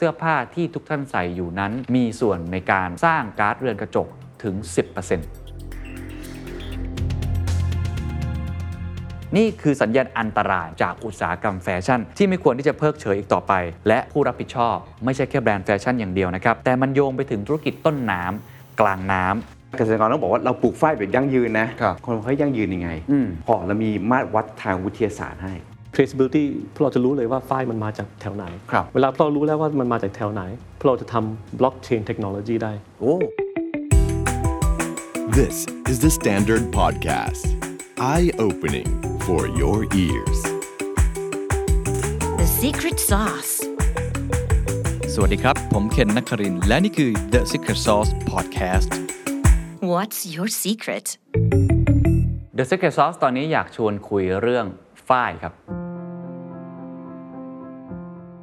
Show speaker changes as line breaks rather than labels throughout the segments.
สื้อผ้าที่ทุกท่านใส่อยู่นั้น มีส่วนในการสร้างก๊าซเรือนกระจกถึง 10% นี่คือสัญญาณอันตรายจากอุตสาหกรรมแฟชั่น ที่ไม่ควรที่จะเพิกเฉยอีกต่อไป และผู้รับผิดชอบ ไม่ใช่แค่แบรนด์แฟชั่นอย่างเดียวนะครับ แต่มันโยงไปถึงธุรกิจต้นน้ำกลางน้ำ
เกษตรกรต้องบอกว่าเราปลูกฝ้ายแบบยั่งยืนนะครับ คนเขายั่งยืนยังไง
อืม
พอเรามีมาตรวัดทางวิทยาศาสตร์ให้
traceability เพราะเราจะรู้เลยว่าไฟล์มันมาจากแถวไหน
ครับ
เวลาเรารู้แล้วว่ามันมาจากแถวไหน เราจะทำ blockchain technology ได้
โอ้
This is the Standard Podcast. Eye opening for your ears.
The secret sauce.
สวัสดีครับ ผมเคนนักครินทร์และนี่คือ The Secret Sauce Podcast
What's your secret?
The Secret Sauce ตอนนี้อยากชวนคุยเรื่องฝ้ายครับ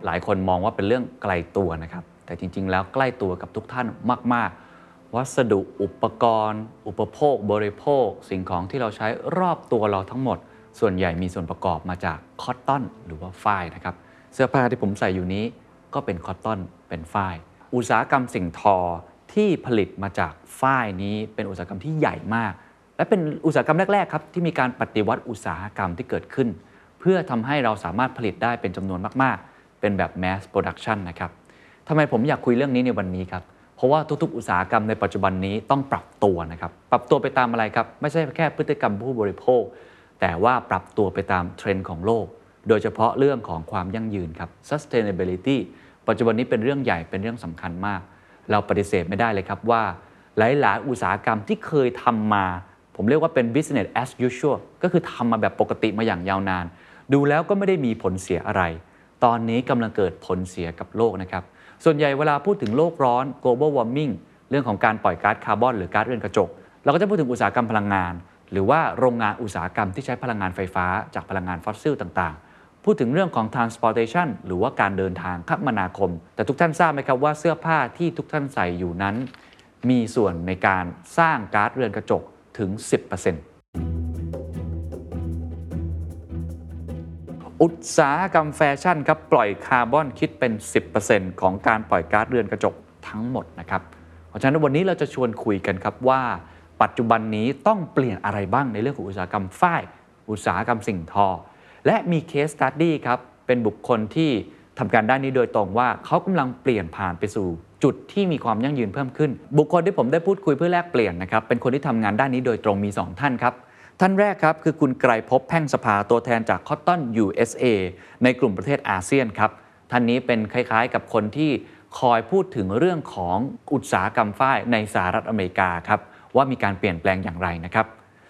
หลายคนมองว่าเป็นเรื่องไกลตัวนะครับ แต่จริง ๆ แล้วใกล้ตัวกับทุกท่านมาก ๆ วัสดุอุปกรณ์ อุปโภค บริโภค สิ่งของที่เราใช้รอบตัวเราทั้งหมด ส่วนใหญ่มีส่วนประกอบมาจากคอตตอนหรือว่าฝ้ายนะครับ เสื้อผ้าที่ผมใส่อยู่นี้ก็เป็นคอตตอนเป็นฝ้าย อุตสาหกรรมสิ่งทอที่ผลิตมาจากฝ้ายนี้เป็นอุตสาหกรรมที่ใหญ่มาก และเป็นอุตสาหกรรมแรก ๆ ครับ ที่มีการปฏิวัติอุตสาหกรรมที่เกิดขึ้น เพื่อทำให้เราสามารถผลิตได้เป็นจำนวนมาก ๆ เป็นแบบ mass production นะครับ ทำไมผมอยากคุยเรื่องนี้ในวันนี้ครับ เพราะว่าทุกๆ อุตสาหกรรมในปัจจุบันนี้ต้องปรับตัวนะครับ ปรับตัวไปตามอะไรครับ ไม่ใช่แค่พฤติกรรมผู้บริโภค แต่ว่าปรับตัวไปตามเทรนด์ของโลก โดยเฉพาะเรื่องของความยั่งยืนครับ sustainability ปัจจุบันนี้เป็นเรื่องใหญ่เป็นเรื่องสำคัญมาก เราปฏิเสธไม่ได้เลยครับว่า หลาย ๆ อุตสาหกรรมที่เคยทำมา ผมเรียกว่าเป็น business as usual ก็คือทำมาแบบปกติมาอย่างยาวนาน ดูแล้วก็ไม่ได้มีผลเสียอะไร ตอนนี้กำลังเกิดผลเสียกับโลกนะครับ ส่วนใหญ่เวลาพูดถึงโลกร้อน global warming เรื่องของการปล่อยก๊าซคาร์บอนหรือก๊าซเรือนกระจก เราก็จะพูดถึงอุตสาหกรรมพลังงาน หรือว่าโรงงานอุตสาหกรรมที่ใช้พลังงานไฟฟ้าจากพลังงานฟอสซิลต่าง ๆ พูดถึงเรื่องของ transportation หรือว่าการเดินทางคมนาคม แต่ทุกท่านทราบไหมครับว่าเสื้อผ้าที่ทุกท่านใส่อยู่นั้น มีส่วนในการสร้างก๊าซเรือนกระจกถึง 10% อุตสาหกรรมแฟชั่นครับปล่อยคาร์บอนคิดเป็น 10%ของการปล่อยก๊าซเรือนกระจกทั้งหมดนะครับเพราะฉะนั้นวันนี้เราจะชวนคุยกันครับว่าปัจจุบันนี้ต้องเปลี่ยนอะไรบ้างในเรื่องของอุตสาหกรรมฝ้าย อุตสาหกรรมสิ่งทอ และมีเคสตัดดี้ครับ เป็นบุคคลที่ทำการด้านนี้โดยตรงว่าเขากำลังเปลี่ยนผ่านไปสู่ จุดที่มีความยั่งยืนเพิ่มขึ้น บุคคลที่ผมได้พูดคุยเพื่อแลกเปลี่ยนนะครับเป็นคนที่ทำงานด้านนี้โดยตรงมีสองท่านครับ ท่านแรกครับ คือคุณไกรภพแพ่งสภาตัวแทนจากคอตตอน USA ในกลุ่มประเทศอาเซียนครับ ท่านนี้เป็นคล้ายๆกับคนที่คอยพูดถึงเรื่องของอุตสาหกรรมฝ้ายในสหรัฐอเมริกาครับ ว่ามีการเปลี่ยนแปลงอย่างไรนะครับ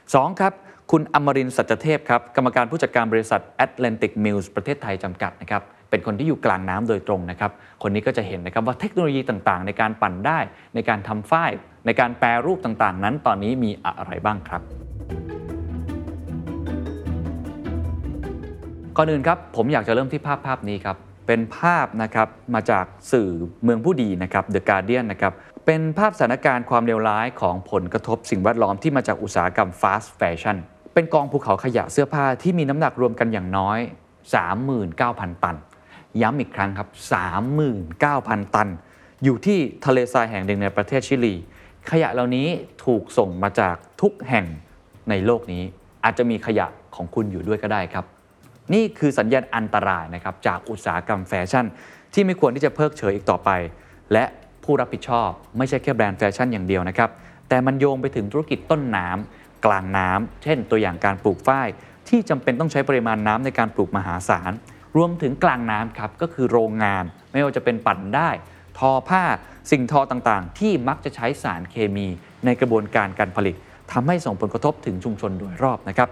2 ครับ คุณอมรินทร์สัจเทพครับ กรรมการผู้จัดการบริษัท Atlantic Mills ประเทศไทยจำกัดนะครับ เป็นคนที่อยู่กลางน้ำโดยตรงนะครับ คนนี้ก็จะเห็นนะครับว่าเทคโนโลยีต่างๆ ในการปั่นได้ ในการทำฝ้าย ในการแปรรูปต่างๆ นั้นตอนนี้มีอะไรบ้างครับ ก่อนอื่นครับ ผมอยากจะเริ่มที่ภาพภาพนี้ครับ เป็นภาพนะครับ มาจากสื่อเมืองผู้ดีนะครับ The Guardian นะครับ เป็นภาพสถานการณ์ความเลวร้ายของผลกระทบสิ่งแวดล้อมที่มาจากอุตสาหกรรม fast fashion เป็นกองภูเขาขยะเสื้อผ้าที่มีน้ำหนักรวมกันอย่างน้อย 39,000 ตัน ย้ำอีกครั้งครับ 39,000 ตัน อยู่ที่ทะเลทรายแห่งหนึ่งในประเทศชิลี ขยะเหล่านี้ถูกส่งมาจากทุกแห่งในโลกนี้ อาจจะมีขยะของคุณอยู่ด้วยก็ได้ครับ นี่คือสัญญาณอันตรายนะครับจากอุตสาหกรรมแฟชั่น ที่ไม่ควรที่จะเพิกเฉยอีกต่อไป และผู้รับผิดชอบ ไม่ใช่แค่แบรนด์แฟชั่นอย่างเดียวนะครับ แต่มันโยงไปถึงธุรกิจต้นน้ำกลางน้ำเช่น ตัวอย่างการปลูกฝ้าย ที่จำเป็นต้องใช้ปริมาณน้ำในการปลูกมหาศาล รวมถึงกลางน้ำครับก็คือโรงงาน ไม่ว่าจะเป็นปั่นได้ ทอผ้า สิ่งทอต่างๆ ที่มักจะใช้สารเคมีในกระบวนการการผลิตทำให้ส่งผลกระทบถึงชุมชนโดยรอบนะครับ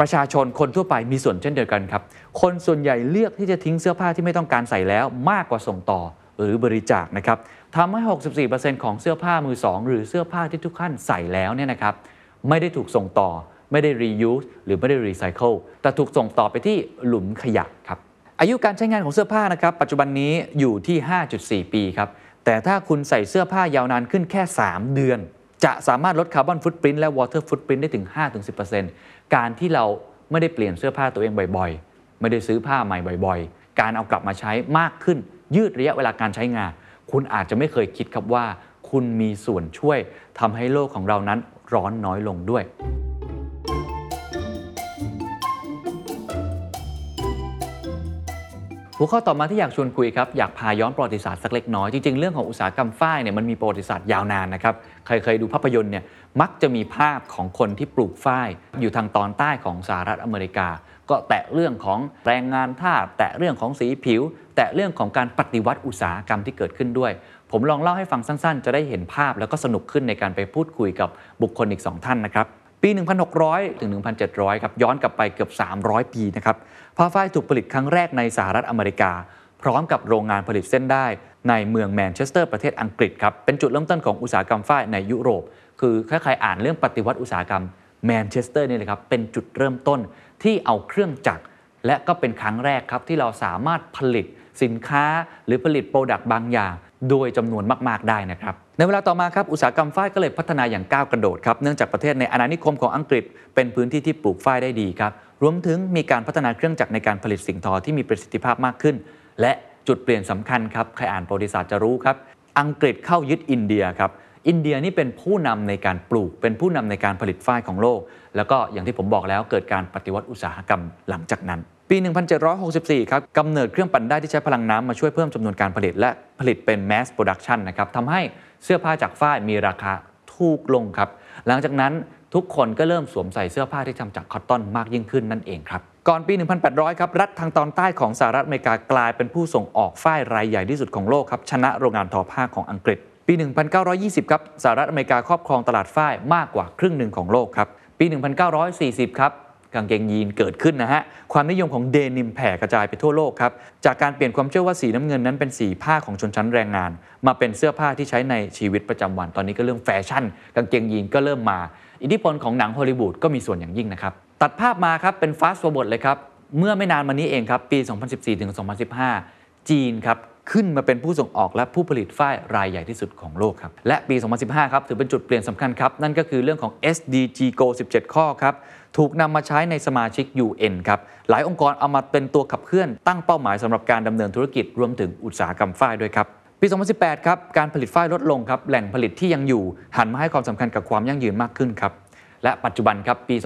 ประชาชนคนทั่วไปมีส่วนเช่นเดียวกันครับ คนส่วนใหญ่เลือกที่จะทิ้งเสื้อผ้าที่ไม่ต้องการใส่แล้วมากกว่าส่งต่อหรือบริจาคนะครับทำให้ 64%ของเสื้อผ้ามือสองหรือเสื้อผ้าที่ทุกท่านใส่แล้วเนี่ยนะครับ ไม่ได้ถูกส่งต่อ ไม่ได้ reuse หรือไม่ได้ recycle แต่ถูกส่งต่อไปที่หลุมขยะครับ อายุการใช้งานของเสื้อผ้านะครับปัจจุบันนี้อยู่ที่ 5.4 ปีครับ แต่ถ้าคุณใส่เสื้อผ้ายาวนานขึ้นแค่ 3 เดือน จะสามารถลดคาร์บอนฟุตปรินต์และวอเตอร์ฟุตปรินต์ได้ถึง 5-10%การที่เราไม่ได้เปลี่ยนเสื้อผ้าตัวเองบ่อยๆ ไม่ได้ซื้อผ้าใหม่บ่อยๆ การเอากลับมาใช้มากขึ้น ยืดระยะเวลาการใช้งาน คุณอาจจะไม่เคยคิดครับว่า คุณมีส่วนช่วยทำให้โลกของเรานั้นร้อนน้อยลงด้วย หัวข้อต่อมาที่อยากชวนคุยครับ อยากพาย้อนประวัติศาสตร์สักเล็กน้อย จริง ๆ เรื่องของอุตสาหกรรมฝ้ายเนี่ยมันมีประวัติศาสตร์ยาวนานนะครับ ใครเคยดูภาพยนตร์เนี่ยมักจะมีภาพของคนที่ปลูกฝ้าย อยู่ทางตอนใต้ของสหรัฐอเมริกา ก็แตะเรื่องของแรงงานทาสแตะเรื่องของสีผิว แตะเรื่องของการปฏิวัติอุตสาหกรรมที่เกิดขึ้นด้วย ผมลองเล่าให้ฟังสั้นๆ จะได้เห็นภาพแล้วก็สนุกขึ้นในการไปพูดคุยกับบุคคลอีกสองท่านนะครับ ปี 1600 ถึง 1700 ครับ ย้อนกลับไปเกือบ 300 ปีนะครับ ผ้าฝ้ายถูกผลิตครั้งแรกในสหรัฐอเมริกา พร้อมกับโรงงานผลิตเส้นได้ ในเมืองแมนเชสเตอร์ประเทศอังกฤษครับ เป็นจุดเริ่มต้นของอุตสาหกรรมฝ้ายในยุโรป คือถ้าใครอ่านเรื่องปฏิวัติอุตสาหกรรมแมนเชสเตอร์นี่แหละครับ เป็นจุดเริ่มต้นที่เอาเครื่องจักร และก็เป็นครั้งแรกครับที่เราสามารถผลิตสินค้าหรือผลิตโปรดักต์บางอย่าง โดยจำนวนมาก ๆ ได้นะครับ ในเวลาต่อมาครับ อุตสาหกรรมฝ้ายก็เลยพัฒนาอย่างก้าวกระโดดครับ เนื่องจากประเทศในอาณานิคมของอังกฤษ เป็นพื้นที่ที่ปลูกฝ้ายได้ดีครับ รวมถึงมีการพัฒนาเครื่องจักรในการผลิตสิ่งทอที่มีประสิทธิภาพมากขึ้น และจุดเปลี่ยนสำคัญครับใครอ่านประวัติศาสตร์จะรู้ครับ อังกฤษเข้ายึดอินเดียครับ อินเดียนี่เป็นผู้นำในการปลูก เป็นผู้นำในการผลิตฝ้ายของโลก แล้วก็อย่างที่ผมบอกแล้วเกิดการปฏิวัติอุตสาหกรรมหลังจากนั้น ปี 1764 ครับกำเนิดเครื่องปั่นได้ที่ใช้พลังน้ำมาช่วยเพิ่มจำนวนการผลิตและผลิตเป็น mass production นะครับทำให้เสื้อผ้าจากฝ้ายมีราคาถูกลงครับ หลังจากนั้นทุกคนก็เริ่มสวมใส่เสื้อผ้าที่ทำจากคอตตอนมากยิ่งขึ้นนั่นเองครับ ก่อนปี 1800 ครับ รัฐทางตอนใต้ของสหรัฐอเมริกากลายเป็นผู้ส่งออกฝ้ายรายใหญ่ที่สุดของโลกครับ ชนะโรงงานทอผ้าของอังกฤษ ปี 1920 ครับสหรัฐอเมริกาครอบครองตลาดฝ้ายมากกว่าครึ่งหนึ่งของโลกครับ ปี 1940 ครับ กางเกงยีนเกิดขึ้นนะฮะ ความนิยมของเดนิมแผ่กระจายไปทั่วโลกครับ จากการเปลี่ยนความเชื่อว่าสีน้ำเงินนั้นเป็นสีผ้าของชนชั้นแรงงาน มาเป็นเสื้อผ้าที่ใช้ในชีวิตประจำวัน ตอนนี้ก็เรื่องแฟชั่น กางเกงยีนก็เริ่มมา อิทธิพลของหนังฮอลลีวูดก็มีส่วนอย่างยิ่งนะครับ ตัดภาพมาครับ เป็นฟาสต์ฟอร์ r วดเลยครับ เมื่อไม่นานมานี้เองครับ ปี 2014ถึง2015 จีนครับ ขึ้นมาเป็นผู้ส่งออกและผู้ผลิตฝ้ายรายใหญ่ที่สุดของโลกครับ และปี 2015 ครับถือเป็นจุดเปลี่ยนสำคัญครับ นั่นก็คือเรื่องของ SDG Go 17 ข้อครับ ถูกนำมาใช้ในสมาชิก UN ครับ หลายองค์กรเอามาเป็นตัวขับเคลื่อน ตั้งเป้าหมายสำหรับการดำเนินธุรกิจรวมถึงอุตสาหกรรมฝ้ายด้วยครับ ปี 2018 ครับ การผลิตฝ้ายลดลงครับ แหล่งผลิตที่ยังอยู่ หันมาให้ความสำคัญกับความยั่งยืนมากขึ้นครับ และปัจจุบันครับ ปี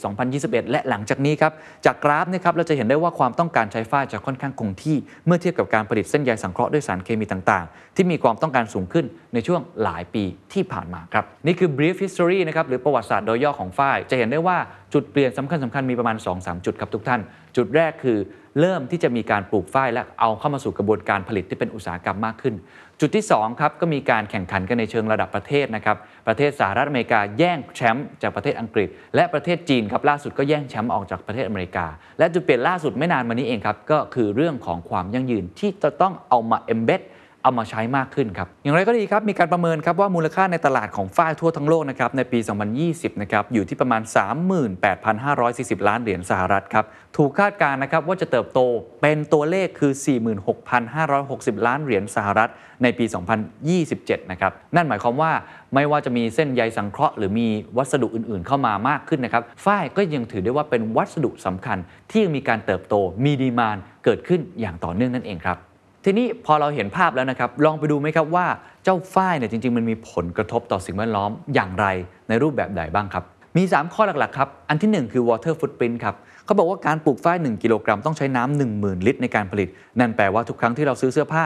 2010 2021 และหลังจากนี้ครับ จากกราฟเนะครับเราจะเห็นได้ว่าความต้องการใช้ฝ้ายจะค่อนข้างคงที่ เมื่อเทียบกับการผลิตเส้นใยสังเคราะห์ด้วยสารเคมีต่างๆ ที่มีความต้องการสูงขึ้นในช่วงหลายปีที่ผ่านมาครับ นี่คือ brief history นะครับหรือประวัติศาสตร์โดยย่อของฝ้ายจะเห็นได้ว่าจุดเปลี่ยนสำคัญสำคัญๆมีประมาณ 2-3 จุดครับทุกท่าน จุดแรกคือ เริ่มที่จะมีการปลูกฝ้ายและเอาเข้ามาสู่กระบวนการผลิตที่เป็นอุตสาหกรรมมากขึ้น จุดที่2ครับก็มีการแข่งขันกันในเชิงระดับประเทศนะครับ ประเทศสหรัฐอเมริกาแย่งแชมป์จากประเทศอังกฤษ และประเทศจีนครับล่าสุดก็แย่งแชมป์ออกจากประเทศอเมริกา และจุดเปลี่ยนล่าสุดไม่นานมานี้เองครับก็คือเรื่องของความยั่งยืนที่จะต้องเอามา embed เอามาใช้มากขึ้นครับ อย่างไรก็ดีครับ มีการประเมินครับว่ามูลค่าในตลาดของฝ้ายทั่วทั้งโลกนะครับในปี 2020 นะครับอยู่ที่ประมาณ 38,540 ล้านเหรียญสหรัฐครับ ถูกคาดการณ์นะครับว่าจะเติบโตเป็นตัวเลขคือ 46,560 ล้านเหรียญสหรัฐในปี 2027 นะครับ นั่นหมายความว่าไม่ว่าจะมีเส้นใยสังเคราะห์หรือมีวัสดุอื่นๆ เข้ามามากขึ้นนะครับฝ้ายก็ยังถือได้ว่าเป็นวัสดุสำคัญ ที่ยังมีการเติบโตมีดีมานเกิดขึ้นอย่างต่อเนื่องนั่นเองครับ ทีนี้พอเราเห็นภาพแล้วนะครับ ลองไปดูไหมครับว่าเจ้าฝ้ายเนี่ยจริง ๆ มันมีผลกระทบต่อสิ่งแวดล้อมอย่างไรในรูปแบบใดบ้างครับ มี 3 ข้อหลัก ๆ ครับ อันทีหนึ่1 คือ water footprint ครับเขาบอกว่าการปลูกฝ้าย 1 กิโลกรัมต้องใช้น้ำ10,000 ลิตรในการผลิต นั่นแปลว่าทุกครั้งที่เราซื้อเสื้อผ้า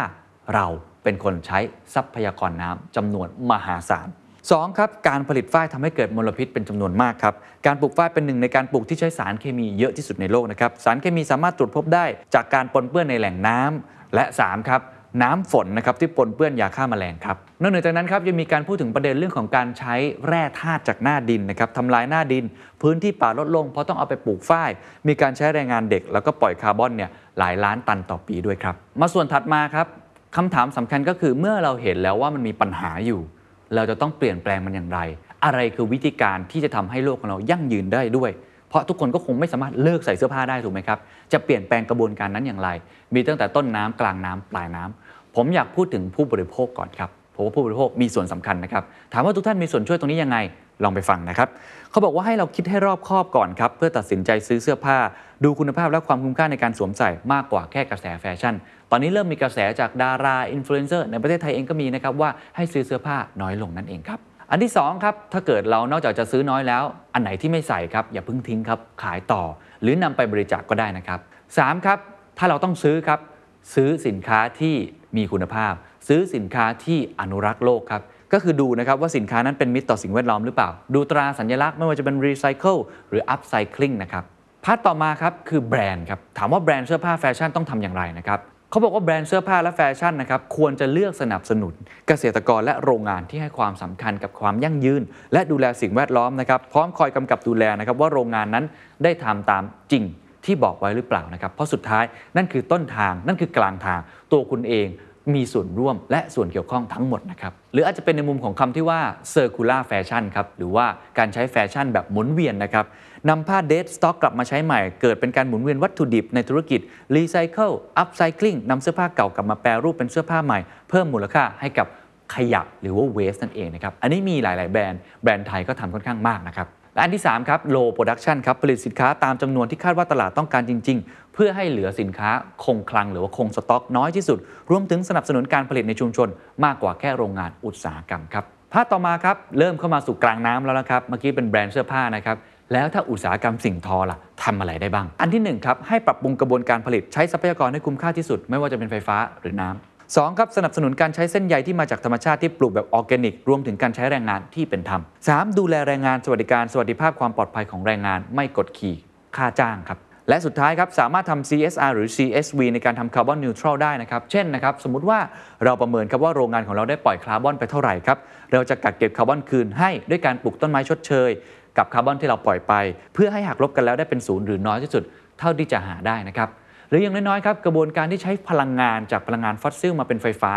เราเป็นคนใช้ทรัพยากรน้ำจำนวนมหาศาล 2ครับการผลิตฝ้ายทำให้เกิดมลพิษเป็นจำนวนมากครับ การปลูกฝ้ายเป็นหนึ่งในการปลูกที่ใช้สารเคมีเยอะที่สุดในโลกนะครับ สารเคมีสามารถตรวจพบได้จากการปนเปื้อนในแหล่งน้ำและ 3 ครับ น้ำฝนนะครับที่ปนเปื้อนยาฆ่าแมลงครับนอกเหนือจากนั้นครับยังมีการพูดถึงประเด็นเรื่องของการใช้แร่ธาตุจากหน้าดินนะครับทำลายหน้าดิน พื้นที่ป่าลดลงเพราะต้องเอาไปปลูกฝ้าย มีการใช้แรงงานเด็ก แล้วก็ปล่อยคาร์บอนเนี่ยหลายล้านตันต่อปีด้วยครับมาส่วนถัดมาครับคำถามสำคัญก็คือเมื่อเราเห็นแล้วว่ามันมีปัญหาอยู่ เราจะต้องเปลี่ยนแปลงมันอย่างไร อะไรคือวิธีการที่จะทำให้โลกของเรายั่งยืนได้ด้วย เพราะทุกคนก็คงไม่สามารถเลิกใส่เสื้อผ้าได้ถูกไหมครับ จะเปลี่ยนแปลงกระบวนการนั้นอย่างไร มีตั้งแต่ต้นน้ำกลางน้ำปลายน้ำ ผมอยากพูดถึงผู้บริโภคก่อนครับเพราะว่าผู้บริโภคมีส่วนสำคัญนะครับ ถามว่าทุกท่านมีส่วนช่วยตรงนี้ยังไง ลองไปฟังนะครับ เขาบอกว่าให้เราคิดให้รอบคอบก่อนครับ เพื่อตัดสินใจซื้อเสื้อผ้า ดูคุณภาพและความคุ้มค่าในการสวมใส่มากกว่าแค่กระแสแฟชั่น ตอนนี้เริ่มมีกระแสจากดาราอินฟลูเอนเซอร์ในประเทศไทยเองก็มีนะครับว่าให้ซื้อเสื้อผ้าน้อยลงนั่นเองครับ อันที่สองครับถ้าเกิดเรานอกจากจะซื้อน้อยแล้ว อันไหนที่ไม่ใส่ครับอย่าเพิ่งทิ้งครับขายต่อ หรือนำไปบริจาคก็ได้นะครับสามครับถ้าเราต้องซื้อครับ ซื้อสินค้าที่มีคุณภาพ ซื้อสินค้าที่อนุรักษ์โลกครับ ก็คือดูนะครับว่าสินค้านั้นเป็นมิตรต่อสิ่งแวดล้อมหรือเปล่า ดูตราสัญลักษณ์ไม่ว่าจะเป็นรีไซเคิลหรืออัพไซคลิงนะครับพาร์ทต่อมาครับคือแบรนด์ครับ ถามว่าแบรนด์เสื้อผ้าแฟชั่นต้องทำอย่างไรนะครับเขาบอกว่าแบรนด์เสื้อผ้าและแฟชั่นนะครับควรจะเลือกสนับสนุน เกษตรกรและโรงงานที่ให้ความสำคัญกับความยั่งยืน และดูแลสิ่งแวดล้อมนะครับพร้อมคอยกำกับดูแลนะครับว่าโรงงานนั้นได้ทำตามจริง ที่บอกไว้หรือเปล่านะครับ เพราะสุดท้ายนั่นคือต้นทางนั่นคือกลางทาง ตัวคุณเองมีส่วนร่วมและส่วนเกี่ยวข้องทั้งหมดนะครับ หรืออาจจะเป็นในมุมของคำที่ว่า circular fashion ครับ หรือว่าการใช้แฟชั่นแบบหมุนเวียนนะครับนำผ้าเดทสต็อกกลับมาใช้ใหม่ เกิดเป็นการหมุนเวียนวัตถุดิบในธุรกิจรีไซเคิลอัพไซคลิงนำเสื้อผ้าเก่ากลับมาแปรรูปเป็นเสื้อผ้าใหม่ เพิ่มมูลค่าให้กับขยะหรือว่าเวสนั่นเองนะครับอันนี้มีหลาย ๆ แบรนด์แบรนด์ไทยก็ทำค่อนข้างมากนะครับ และอันที่ 3 ครับ low production ครับ ผลิตสินค้าตามจำนวนที่คาดว่าตลาดต้องการจริง ๆ เพื่อให้เหลือสินค้าคงคลังหรือว่าคงสต็อกน้อยที่สุด รวมถึงสนับสนุนการผลิตในชุมชน มากกว่าแค่โรงงานอุตสาหกรรมครับภาพต่อมาครับ เริ่มเข้ามาสู่กลางน้ำแล้วนะครับ เมื่อกี้เป็นแบรนด์เสื้อผ้านะครับ แล้วถ้าอุตสาหกรรมสิ่งทอล่ะทำอะไรได้บ้าง อันทีหนึ่งครับให้ปรับปรุงกระบวนการผลิตใช้ทรัพยากรให้คุ้มค่าที่สุด ไม่ว่าจะเป็นไฟฟ้าหรือน้ำ สองครับสนับสนุนการใช้เส้นใยที่มาจากธรรมชาติที่ปลูกแบบออร์แกนิก รวมถึงการใช้แรงงานที่เป็นธรรมสามดูแลแรงงานสวัสดิการสวัสดิภาพความปลอดภัยของแรงงานไม่กดขี่ค่าจ้างครับ และสุดท้ายครับ สามารถทำ CSR หรือ CSV ในการทำคาร์บอนนิวทรัลได้นะครับ เช่นนะครับ สมมุติว่าเราประเมินครับว่าโรงงานของเราได้ปล่อยคาร์บอนไปเท่าไหร่ครับ เราจะกักเก็บคาร์บอนคืนให้ด้วยการปลูกต้นไม้ชดเชย กับคาร์บอนที่เราปล่อยไป เพื่อให้หักลบกันแล้วได้เป็นศูนย์หรือน้อยที่สุดเท่าที่จะหาได้นะครับ หรืออย่างน้อยๆครับกระบวนการที่ใช้พลังงานจากพลังงานฟอสซิลมาเป็นไฟฟ้า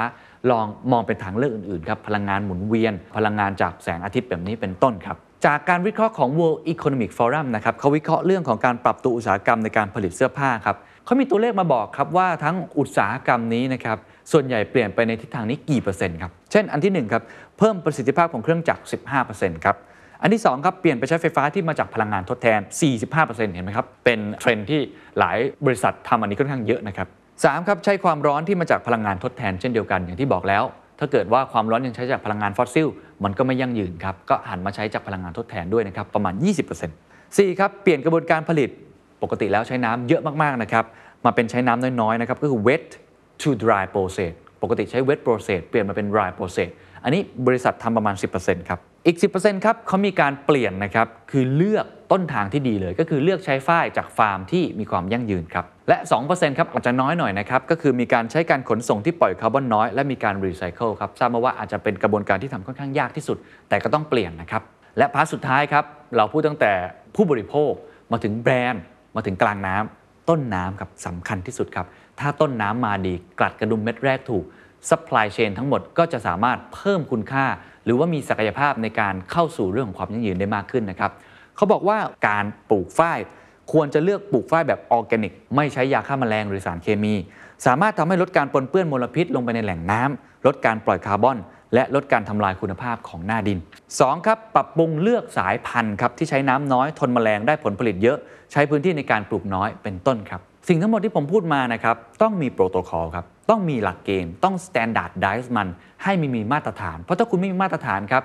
ลองมองเป็นทางเลือกอื่นๆครับพลังงานหมุนเวียน พลังงานจากแสงอาทิตย์แบบนี้เป็นต้นครับ จากการวิเคราะห์ของ World Economic Forum นะครับเขาวิเคราะห์เรื่องของการปรับตัวอุตสาหกรรมในการผลิตเสื้อผ้าครับเขามีตัวเลขมาบอกครับว่าทั้งอุตสาหกรรมนี้นะครับส่วนใหญ่เปลี่ยนไปในทิศทางนี้กี่เปอร์เซ็นต์ครับเช่นอันทีหนึ่งครับเพิ่มประสิทธิภาพของเครื่องจักร 15%ครับ อันที่ 2 ครับ เปลี่ยนไปใช้ไฟฟ้าที่มาจากพลังงานทดแทน 45%เห็นไหมครับ เป็นเทรนด์ที่หลายบริษัททำอันนี้ค่อนข้างเยอะนะครับสามครับ ใช้ความร้อนที่มาจากพลังงานทดแทนเช่นเดียวกันอย่างที่บอกแล้ว ถ้าเกิดว่าความร้อนยังใช้จากพลังงานฟอสซิล มันก็ไม่ยั่งยืนครับ ก็หันมาใช้จากพลังงานทดแทนด้วยนะครับ ประมาณ 20% 4ครับเปลี่ยนกระบวนการผลิตปกติแล้วใช้น้ำเยอะมากๆนะครับมาเป็นใช้น้ำน้อยๆนะครับก็คือ wet to dry process ปกติใช้ wet process เปลี่ยนมาเป็น dry process อันนี้บริษัททำประมาณ 10%ครับอีก 10%ครับเขามีการเปลี่ยนนะครับคือเลือกต้นทางที่ดีเลย ก็คือเลือกใช้ฝ้ายจากฟาร์มที่มีความยั่งยืนครับและ 2%ครับอาจจะน้อยหน่อยนะครับก็คือมีการใช้การขนส่งที่ปล่อยคาร์บอนน้อยและมีการรีไซเคิลครับทราบมาว่าอาจจะเป็นกระบวนการที่ทำค่อนข้างยากที่สุด แต่ก็ต้องเปลี่ยนนะครับ และพาร์ทสุดท้ายครับ เราพูดตั้งแต่ผู้บริโภคมาถึงแบรนด์ มาถึงกลางน้ำต้นน้ำครับสำคัญที่สุดครับ ถ้าต้นน้ำมาดีกลัดกระดุมเม็ดแรกถูก supply chain ทั้งหมดก็จะสามารถเพิ่มคุณค่า หรือว่ามีศักยภาพในการเข้าสู่เรื่องของความยั่งยืนได้มากขึ้นนะครับเขาบอกว่าการปลูกฝ้าย ควรจะเลือกปลูกฝ้ายแบบออร์แกนิก ไม่ใช้ยาฆ่าแมลงหรือสารเคมี สามารถทำให้ลดการปนเปื้อนมลพิษลงไปในแหล่งน้ำลดการปล่อยคาร์บอน และลดการทำลายคุณภาพของหน้าดิน 2. ครับปรับปรุงเลือกสายพันธุ์ครับที่ใช้น้ำน้อยทนแมลงได้ผลผลิตเยอะ ใช้พื้นที่ในการปลูกน้อยเป็นต้นครับ สิ่งทั้งหมดที่ผมพูดมานะครับต้องมีโปรโตคอลครับต้องมีหลักเกณฑ์ต้อง standardize มันให้มีมีมาตรฐาน เพราะถ้าคุณไม่มีมาตรฐานครับ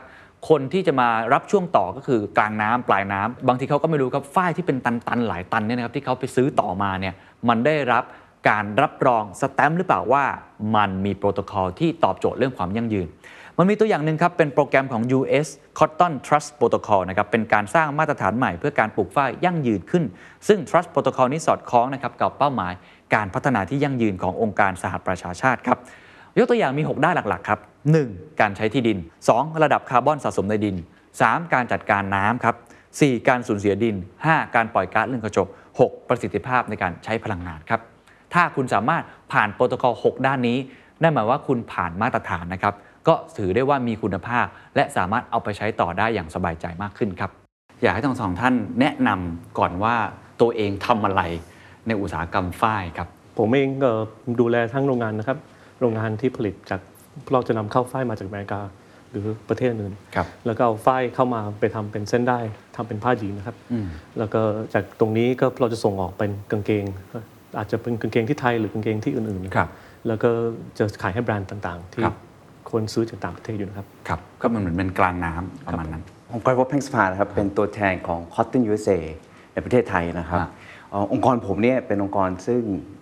คนที่จะมารับช่วงต่อก็คือกลางน้ำปลายน้ำบางทีเขาก็ไม่รู้ครับฝ้ายที่เป็นตัน ๆ หลายตันเนี่ยนะครับที่เขาไปซื้อต่อมาเนี่ยมันได้รับการรับรองสแตมป์หรือเปล่าว่ามันมีโปรโตคอลที่ตอบโจทย์เรื่องความยั่งยืน มันมีตัวอย่างหนึ่งครับ เป็นโปรแกรมของ US Cotton Trust Protocol นะครับเป็นการสร้างมาตรฐานใหม่เพื่อการปลูกฝ้ายยั่งยืนขึ้น ซึ่ง Trust Protocol นี้สอดคล้องนะครับกับเป้าหมาย การพัฒนาที่ยั่งยืนขององค์การสหประชาชาติครับ ยกตัวอย่างมี 6 ด้านหลัก ๆ ครับ 1. การใช้ที่ดิน 2. ระดับคาร์บอนสะสมในดิน 3. การจัดการน้ำครับ 4. การสูญเสียดิน 5. การปล่อยก๊าซเรือนกระจก 6. ประสิทธิภาพในการใช้พลังงานครับ ถ้าคุณสามารถผ่านโปรโตคอล 6 ด้านนี้นั่นหมายว่าคุณผ่านมาตรฐานนะครับ ก็ถือได้ว่ามีคุณภาพ และสามารถเอาไปใช้ต่อได้อย่างสบายใจมากขึ้นครับ อยากให้ทั้งสองท่านแนะนำก่อนว่าตัวเองทำอะไรในอุตสาหกรรมฝ้ายครับ
ผมเองก็ดูแลทั้งโรงงานนะครับ โรงงานที่ผลิตจากเราจะนำเข้าฝ้ายมาจากอเมริกา หรือประเทศอื่น
ครับ
แล้วก็เอาฝ้ายเข้ามาไปทำเป็นเส้นได้ทำเป็นผ้ายีนนะครับ แล้วก็จากตรงนี้ก็เราจะส่งออกเป็นกางเกง อาจจะเป็นกางเกงที่ไทยหรือกางเกงที่อื่นๆนะครับ แล้วก็จะขายให้แบรนด์ต่างๆ ที่
ครับ
คนซื้อจากต่างประเทศอยู่นะครับ
ครับก็มันเหมือนเป็นกลางน้ำประมาณนั้น
องค์กรวอตแพงสภานะครับเป็นตัวแทนของ Cotton USA ในประเทศไทยนะครับ
อ่ะ
เอ่อองค์กรผมเนี่ยเป็นองค์กรซึ่ง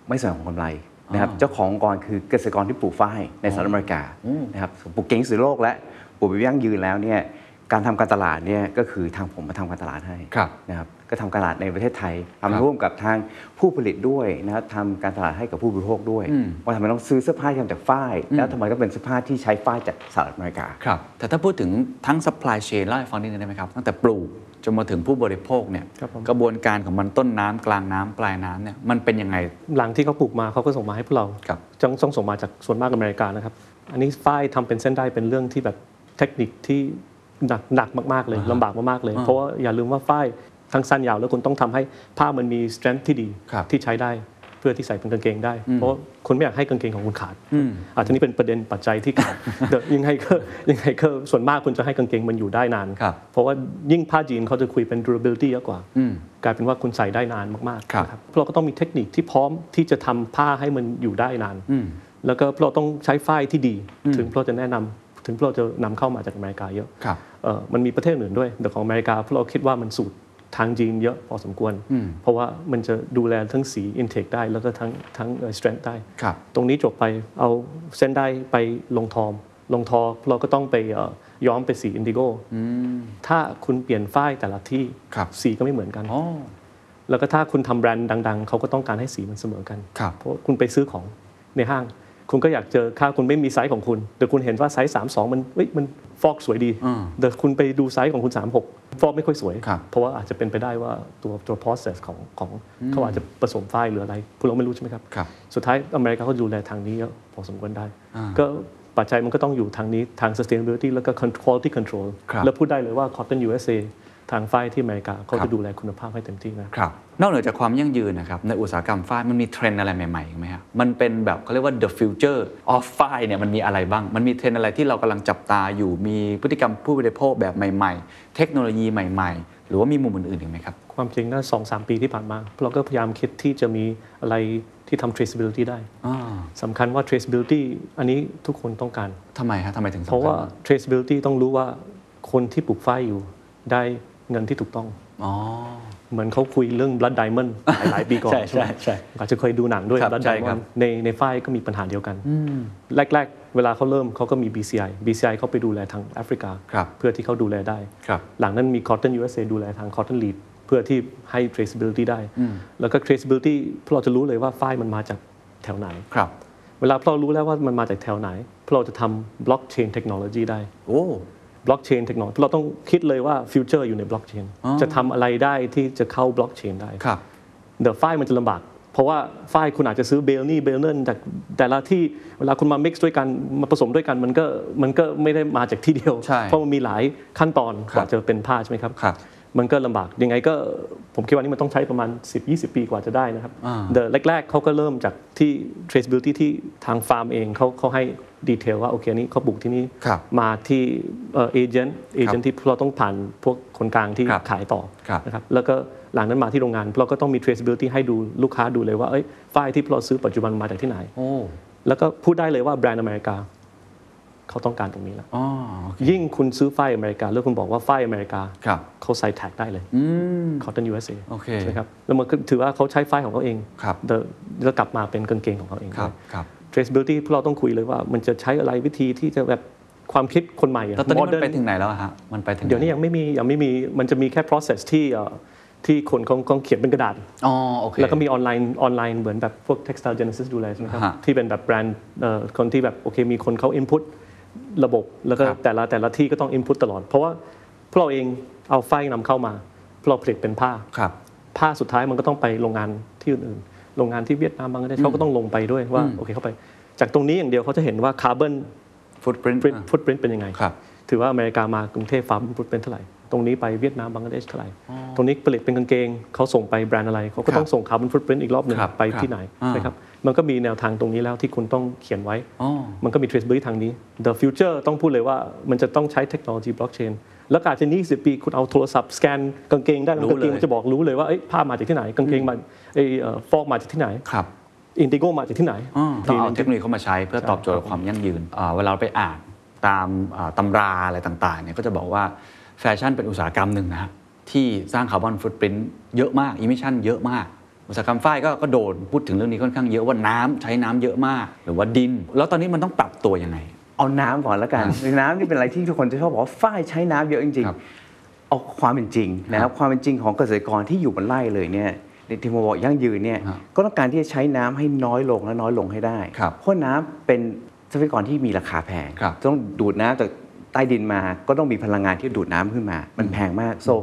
ไม่แสวงหากำไรนะครับเจ้าขององค์กรคือเกษตรกรที่ปลูกฝ้ายในสหรัฐอเมริกานะครับปลูกเก่งที่สุดโลกและปลูกไปยั่งยืนแล้วเนี่ยการทำการตลาดเนี่ยก็คือทางผมมาทำการตลาดให้
ครับ
นะครับก็ทำการตลาดในประเทศไทย
ครั
ทำ
บ
ร่วมกับทางผู้ผลิตด้วยนะครับทำการตลาดให้กับผู้บริโภคด้วย
อืม
ว่าทำไมต้องซื้อเสื้อผ้าที่ทำจากฝ้ายแล้วทำไมต้องเป็นเสื้อผ้าที่ใช้ฝ้ายจากสหรัฐอเมริกา
ครับแต่ถ้าพูดถึงทั้ง supply chain เล่าให้ฟังนิดนึงได้ไหมครับ ตั้งแต่ปลูกจนมาถึงผู้บริโภคเนี่ย
ครับผม
กระบวนการของมันต้นน้ำกลางน้ำปลายน้ำเนี่ยมันเป็นยังไง
หลังที่เขาปลูกมาเขาก็ส่งมาให้พวกเรา
ครับ
จังต้องส่งมาจากส่วนมากอเมริกานะครับ อันนี้ฝ้ายทำเป็นเส้นได้เป็นเรื่องที่แบบเทคนิคที่หนักหนักมากๆเลยลำบากมากๆเลย เพราะว่าอย่าลืมว่าฝ้ายทั้งสั้นยาวแล้วคุณต้องทำให้ผ้ามันมี strength ที่ดี
ครับ
ที่ใช้ได้เพื่อที่ใส่เป็นกางเกงได้ เพราะคุณไม่อยากให้กางเกงของคุณขาด อาจจะนี่เป็นประเด็นปัจจัยที่ ขาด แต่ยังไงก็ยังไงก็ส่วนมากคุณจะให้กางเกงมันอยู่ได้นาน
ครับ
เพราะว่ายิ่งผ้าจีนเขาจะคุยเป็น durability เยอะกว่า กลายเป็นว่าคุณใส่ได้นานมากๆ
ครับ
นะ พวกเราก็ต้องมีเทคนิคที่พร้อมที่จะทำผ้าให้มันอยู่ได้นาน แล้วก็พวกเราต้องใช้ฝ้ายที่ดี ถึงพวกเราจะแนะนำถึงพวกเราจะนำเข้ามาจากอเมริกาเยอะ
ครับ
เอ่อมันมีประเทศอื่นด้วย แต่ของอเมริกาพวกเราคิดว่ามันสูตรทางจีนเยอะพอสมควร เพราะว่ามันจะดูแลทั้งสี intake ได้ แล้วก็ทั้งทั้งเอ่อ strength ได้
ครับ
ตรงนี้จบไปเอาเส้นได้ไปลงทอม ลงทอพวกเราก็ต้องไปเอ่อย้อมเป็นสีอินดิโกถ้าคุณเปลี่ยนฝ้ายแต่ละที่
ครับ
สีก็ไม่เหมือนกัน
อ๋อ
แล้วก็ถ้าคุณทำแบรนด์ดัง ๆ เขาก็ต้องการให้สีมันเสมอกัน
ครับ
เพราะคุณไปซื้อของในห้าง คุณก็อยากเจอค่าคุณไม่มีไซส์ของคุณ แต่คุณเห็นว่าไซส์3 2 มันเอ้ยมันฟอกสวยดี แต่คุณไปดูไซส์ของคุณ 36 ฟอกไม่ค่อยสวย
ครับ
เพราะว่าอาจจะเป็นไปได้ว่าตัวตัว process ของของเขาอาจจะผสมฝ้ายหรืออะไรคุณเราไม่รู้ใช่ไหมครับ
ครับ
สุดท้ายอเมริกาเขาดูแลทางนี้เยอะพอสมควรได้ ก็ปัจจัยมันก็ต้องอยู่ทางนี้ทาง sustainability แล้วก็ con- quality control
ครับ
แล้วพูดได้เลยว่า cotton USA ทางฝ้ายที่อเมริกาเขา
ครั
จะ
บ
ดูแลคุณภาพให้เต็มที่นะ
ครับนอกเหนือจากความยั่งยืนนะครับในอุตสาหกรรมฝ้ายมันมีเทรนด์อะไรใหม่ๆอีกไหมครับมันเป็นแบบเขาเรียกว่า the future of ฝ้ายเนี่ยมันมีอะไรบ้าง มันมีเทรนด์อะไรที่เรากำลังจับตาอยู่มีพฤติกรรมผู้บริโภคแบบใหม่ ๆ เทคโนโลยีใหม่ๆ หรือว่ามีมุมอื่นๆอีกไหมครับ
ความจริงน่าสองสามปีที่ผ่านมาเราก็พยายามคิดที่จะมีอะไรที่ทำ traceability ได้สำคัญว่า traceability อันนี้ทุกคนต้องการ
ทำไมฮะทำไมถึงสำคัญ
เพราะว่า
มก
traceability ต้องรู้ว่าคนที่ปลูกฝ้ายอยู่ได้เงินที่ถูกต้อง
อ๋อ
เหมือนเขาคุยเรื่อง blood diamond หลายๆปีก่อน
ใช่
ไหม
ใช่ใช่
อาจจะเคยดูหนังด้วย
ครับ
blood
ใช่ครับ
diamond ในในฝ้ายก็มีปัญหาเดียวกัน แรก ๆ เวลาเขาเริ่มเขาก็มี BCI BCI เขาไปดูแลทางแอฟริกา
ครับ
เพื่อที่เขาดูแลได้
ครับ
หลังนั้นมี Cotton USA ดูแลทาง Cotton Lead เพื่อที่ให้ traceability ได้ แล้วก็ traceability พวกเราจะรู้เลยว่าฝ้ายมันมาจากแถวไหน
ครับ
เวลาพวกเรารู้แล้วว่ามันมาจากแถวไหนพวกเราจะทำ blockchain technology ได้
โอ้
บล็อกเชนเทคโนโลยีเราต้องคิดเลยว่าฟิวเจอร์อยู่ในบล็อกเชนจะทำอะไรได้ที่จะเข้าบล็อกเชนได้
ครับ
เดอะฝ้ายมันจะลำบาก เพราะว่าฝ้ายคุณอาจจะซื้อเบลนี่เบลเนนจากแต่ละที่เวลาคุณมา mix ด้วยกันมาผสมด้วยกันมันก็มันก็ไม่ได้มาจากที่เดียว
ใช่
เพราะมันมีหลายขั้นตอน
ครับ
กว่าจะเป็นผ้าใช่ไหมครับ
ครับ
มันก็ลำบากยังไงก็ผมคิดว่านี่มันต้องใช้ประมาณ 10-20 ปีกว่าจะได้นะครับเดอะแรกๆเขาก็เริ่มจากที่ traceability ที่ทางฟาร์มเองเขาเขาให้ดีเทลว่าโอเคอันนี้เขาปลูกที่นี่
ครับ
มาที่เอเจนต์เอเจนต์ที่เราต้องผ่านพวกคนกลางที่
ครับ
ขายต่อ
ครับ
นะครับแล้วก็หลังนั้นมาที่โรงงาน เราก็ต้องมี traceability ให้ดูลูกค้าดูเลยว่าเอ้ยฝ้ายที่เราซื้อปัจจุบันมาจากที่ไหน
โอ้
แล้วก็พูดได้เลยว่าแบรนด์อเมริกา เขาต้องการตรงนี้แล้ว
อ๋อ
ยิ่งคุณซื้อฝ้ายอเมริกา แล้วคุณบอกว่าฝ้ายอเมริกา
ครับ
เขาใส่แท็กได้เลย Cotton USA
โอเค
ใช่ไหมครับแล้วมันก็ถือว่าเขาใช้ฝ้ายของเขาเอง
ครับ
แต่แล้วกลับมาเป็นกางเกงของเขาเอง
ครับ
ด้วย
ครับ
traceability พวกเราต้องคุยเลยว่ามันจะใช้อะไรวิธีที่จะแบบความคิดคนใหม่ะ
แล้วตอนนี้มันไป
modern
ถึงไหนแล้วอะฮะ มันไปถึงไห
เดี๋ยวนี้ยังไม่มียังไม่มีมันจะมีแค่ process ที่เอ่อที่คนเขาเขาเขียนเป็นกระดาษ
อ๋อ โอเค
แล้วก็มีออนไลน์ออนไลน์เหมือนแบบพวก textile genesis ดูแลใช่ไหมครับ
ฮะ
ที่เป็นแบบแบรนด์เอ่อคนที่แบบโอเคมีคนเขา input ระบบ แล้วก็
ครับ
แต่ละแต่ละที่ก็ต้อง input ตลอด เพราะว่าพวกเราเองเอาไฟล์นำเข้ามาพวกเราผลิตเป็นผ้า
ครับ
ผ้าสุดท้ายมันก็ต้องไปโรงงานที่อื่นๆโรงงานที่เวียดนามบางกลาเทศเขาก็ต้องลงไปด้วยว่าโอเคเข้าไป จากตรงนี้อย่างเดียวเขาจะเห็นว่าคาร์บอน
ฟุตปริน
ฟุตพรินเป็นยังไง
ครับ
ถือว่าอเมริกามากรุงเทพฟาร์มฟุตเป็นเท่าไหร่ ตรงนี้ไปเวียดนามบังกลาเทศเท่าไหร่ ตรงนี้ผลิตเป็นกางเกง เขาส่งไปแบรนด์อะไร เขาก็ต้องส่งคาร์บอนฟุตปรินอีกรอบหนึ่ง
ครับ
ไป
ครับ
ที่ไหน
อ่า
นะครับ มันก็มีแนวทางตรงนี้แล้วที่คุณต้องเขียนไว้
อ๋อ
มันก็มี traceability ทางนี้ the future ต้องพูดเลยว่ามันจะต้องใช้เทคโนโลยีบล็อกเชน แล้วก็อาจจะ20 ปี คุณเอาโทรศัพท์สแกนกางเกงได้แล้วกางเกงมันจะบอกรู้เลยว่าเอ้ยผ้ามาจากที่ไหน กางเกงมันเอ้ยเอ่อฟอกมาจากที่ไหน
ครับ
อินดิโกมาจากที่ไหน
อ๋อต้องเอา
ที
เทคโนโลยีเข้ามาใช้เพื่อตอบโจทย์ความยั่งยืนอ่าเวลาเราไปอ่านตามอ่าตำราอะไรต่างๆเนี่ยก็จะบอกว่าแฟชั่นเป็นอุตสาหกรรมหนึ่งนะครับที่สร้างคาร์บอนฟุตปรินต์เยอะมากอิมิชันเยอะมาก อุตสาหกรรมฝ้ายก็ก็โดนพูดถึงเรื่องนี้ค่อนข้างเยอะว่าน้ำใช้น้ำเยอะมาก หรือว่าดิน แล้วตอนนี้มันต้องปรับตัวยังไง
เอาน้ำก่อนแล้วกันน้ำนี่เป็นอะไรที่ทุกคนจะชอบบอกว่าฝ้ายใช้น้ำเยอะจริง
ครับ
ๆเอาความเป็นจริงนะครับความเป็นจริงของเกษตรกรที่อยู่บนไร่เลยเนี่ยในที่ผมบอกยั่งยืนเนี่ย
ฮะ
ก็ต้องการที่จะใช้น้ำให้น้อยลงและน้อยลงให้ได้
ครับ
เพราะน้ำเป็นทรัพยากรที่มีราคาแพง
ครับ
ต้องดูดน้ำจากใต้ดินมา ก็ต้องมีพลังงานที่ดูดน้ำขึ้นมา มันแพงมาก so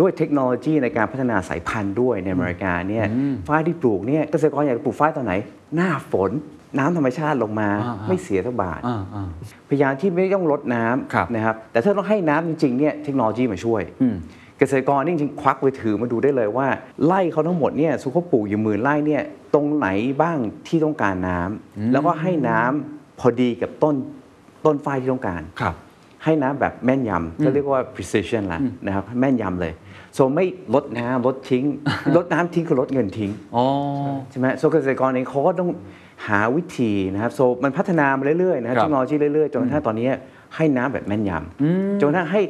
ด้วยเทคโนโลยีในการพัฒนาสายพันธุ์ด้วยในอเมริกาเนี่ยฝ้ายที่ปลูกเนี่ยเกษตรกรอยากจะปลูกฝ้ายตอนไหน หน้าฝนน้ำธรรมชาติลงมาไม่เสียสักบาท
อ่าอ่า
พยายามที่ไม่ต้องลดน้
ครับ
ำนะครับ แต่ถ้าต้องให้น้ำจริงๆเนี่ยเทคโนโลยีมาช่วย
อืม
เกษตรกรนี่จริงๆควักมือถือมาดูได้เลยว่าไร่เขาทั้งหมดเนี่ยสุขเขาปลูกอยู่หมื่นไร่เนี่ยตรงไหนบ้างที่ต้องการน้ำแล้วก็ให้น้ำพอดีกับต้นต้นฝ้ายที่ต้องการ
ครับ
ให้น้ำแบบแม่นยำก็เรียกว่า precision ละนะครับแม่นยำเลยโซไม่ลดน้ำลด ทิ้ง ลดน้ำทิ้งคือลดเงินทิ้ง
อ๋อ
ใช่ไหมโซเกษตรกรเองเขาก็ต้องหาวิธีนะครับโซมันพัฒนามาเรื่อยๆนะครับเทคโนโลยีเรื่อยๆจนกระทั่งตอนนี้ให้น้ำแบบแม่นยำจนกระทั่งให้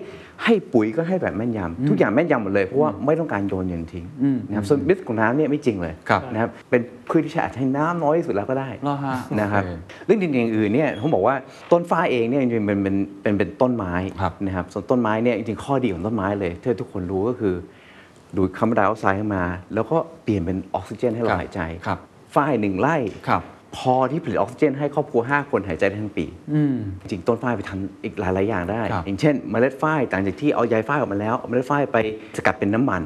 ให้ปุ๋ยก็ให้แบบแม่นยำทุกอย่างแม่นยำหมดเลยเพราะว่าไม่ต้องการโยนเงินทิ้ง
อืม
นะครับส่วนบิสของน้ำเนี่ยไม่จริงเลย
ครับ
นะครับเป็นพืชที่ใช้อาจจะให้น้ำน้อยที่สุดแล้วก็ได้
เหรอฮะ
นะครับ
โอเ
เรื่องดินอย่างอื่นเนี่ยผมบอกว่าต้นฟ้าเองเนี่ยจริงๆเป็นเป็นเป็นเป็นต้นไม้
ครับ
นะครับส่วนต้นไม้เนี่ยจริงๆข้อดีของต้นไม้เลยที่ทุกคนรู้ก็คือ ดูดคาร์บอนไดออกไซด์เข้ามา แล้วก็เปลี่ยนเป็นออกซิเจนให้เรา
ครับ
หายใจ
ครับ
ฝ้ายหนึ่งไร่
ครับ
พอที่ผลิตออกซิเจนให้ครอบครัว 5 คนหายใจได้ทั้งปี
อืม
จริงๆต้นฝ้ายไปทำอีกหลายๆอย่างได้
ครับ
อย่างเช่น เมล็ดฝ้ายต่างจากที่เอาใยฝ้ายออกมาแล้วเอาเมล็ดฝ้ายไปสกัดเป็นน้ำมัน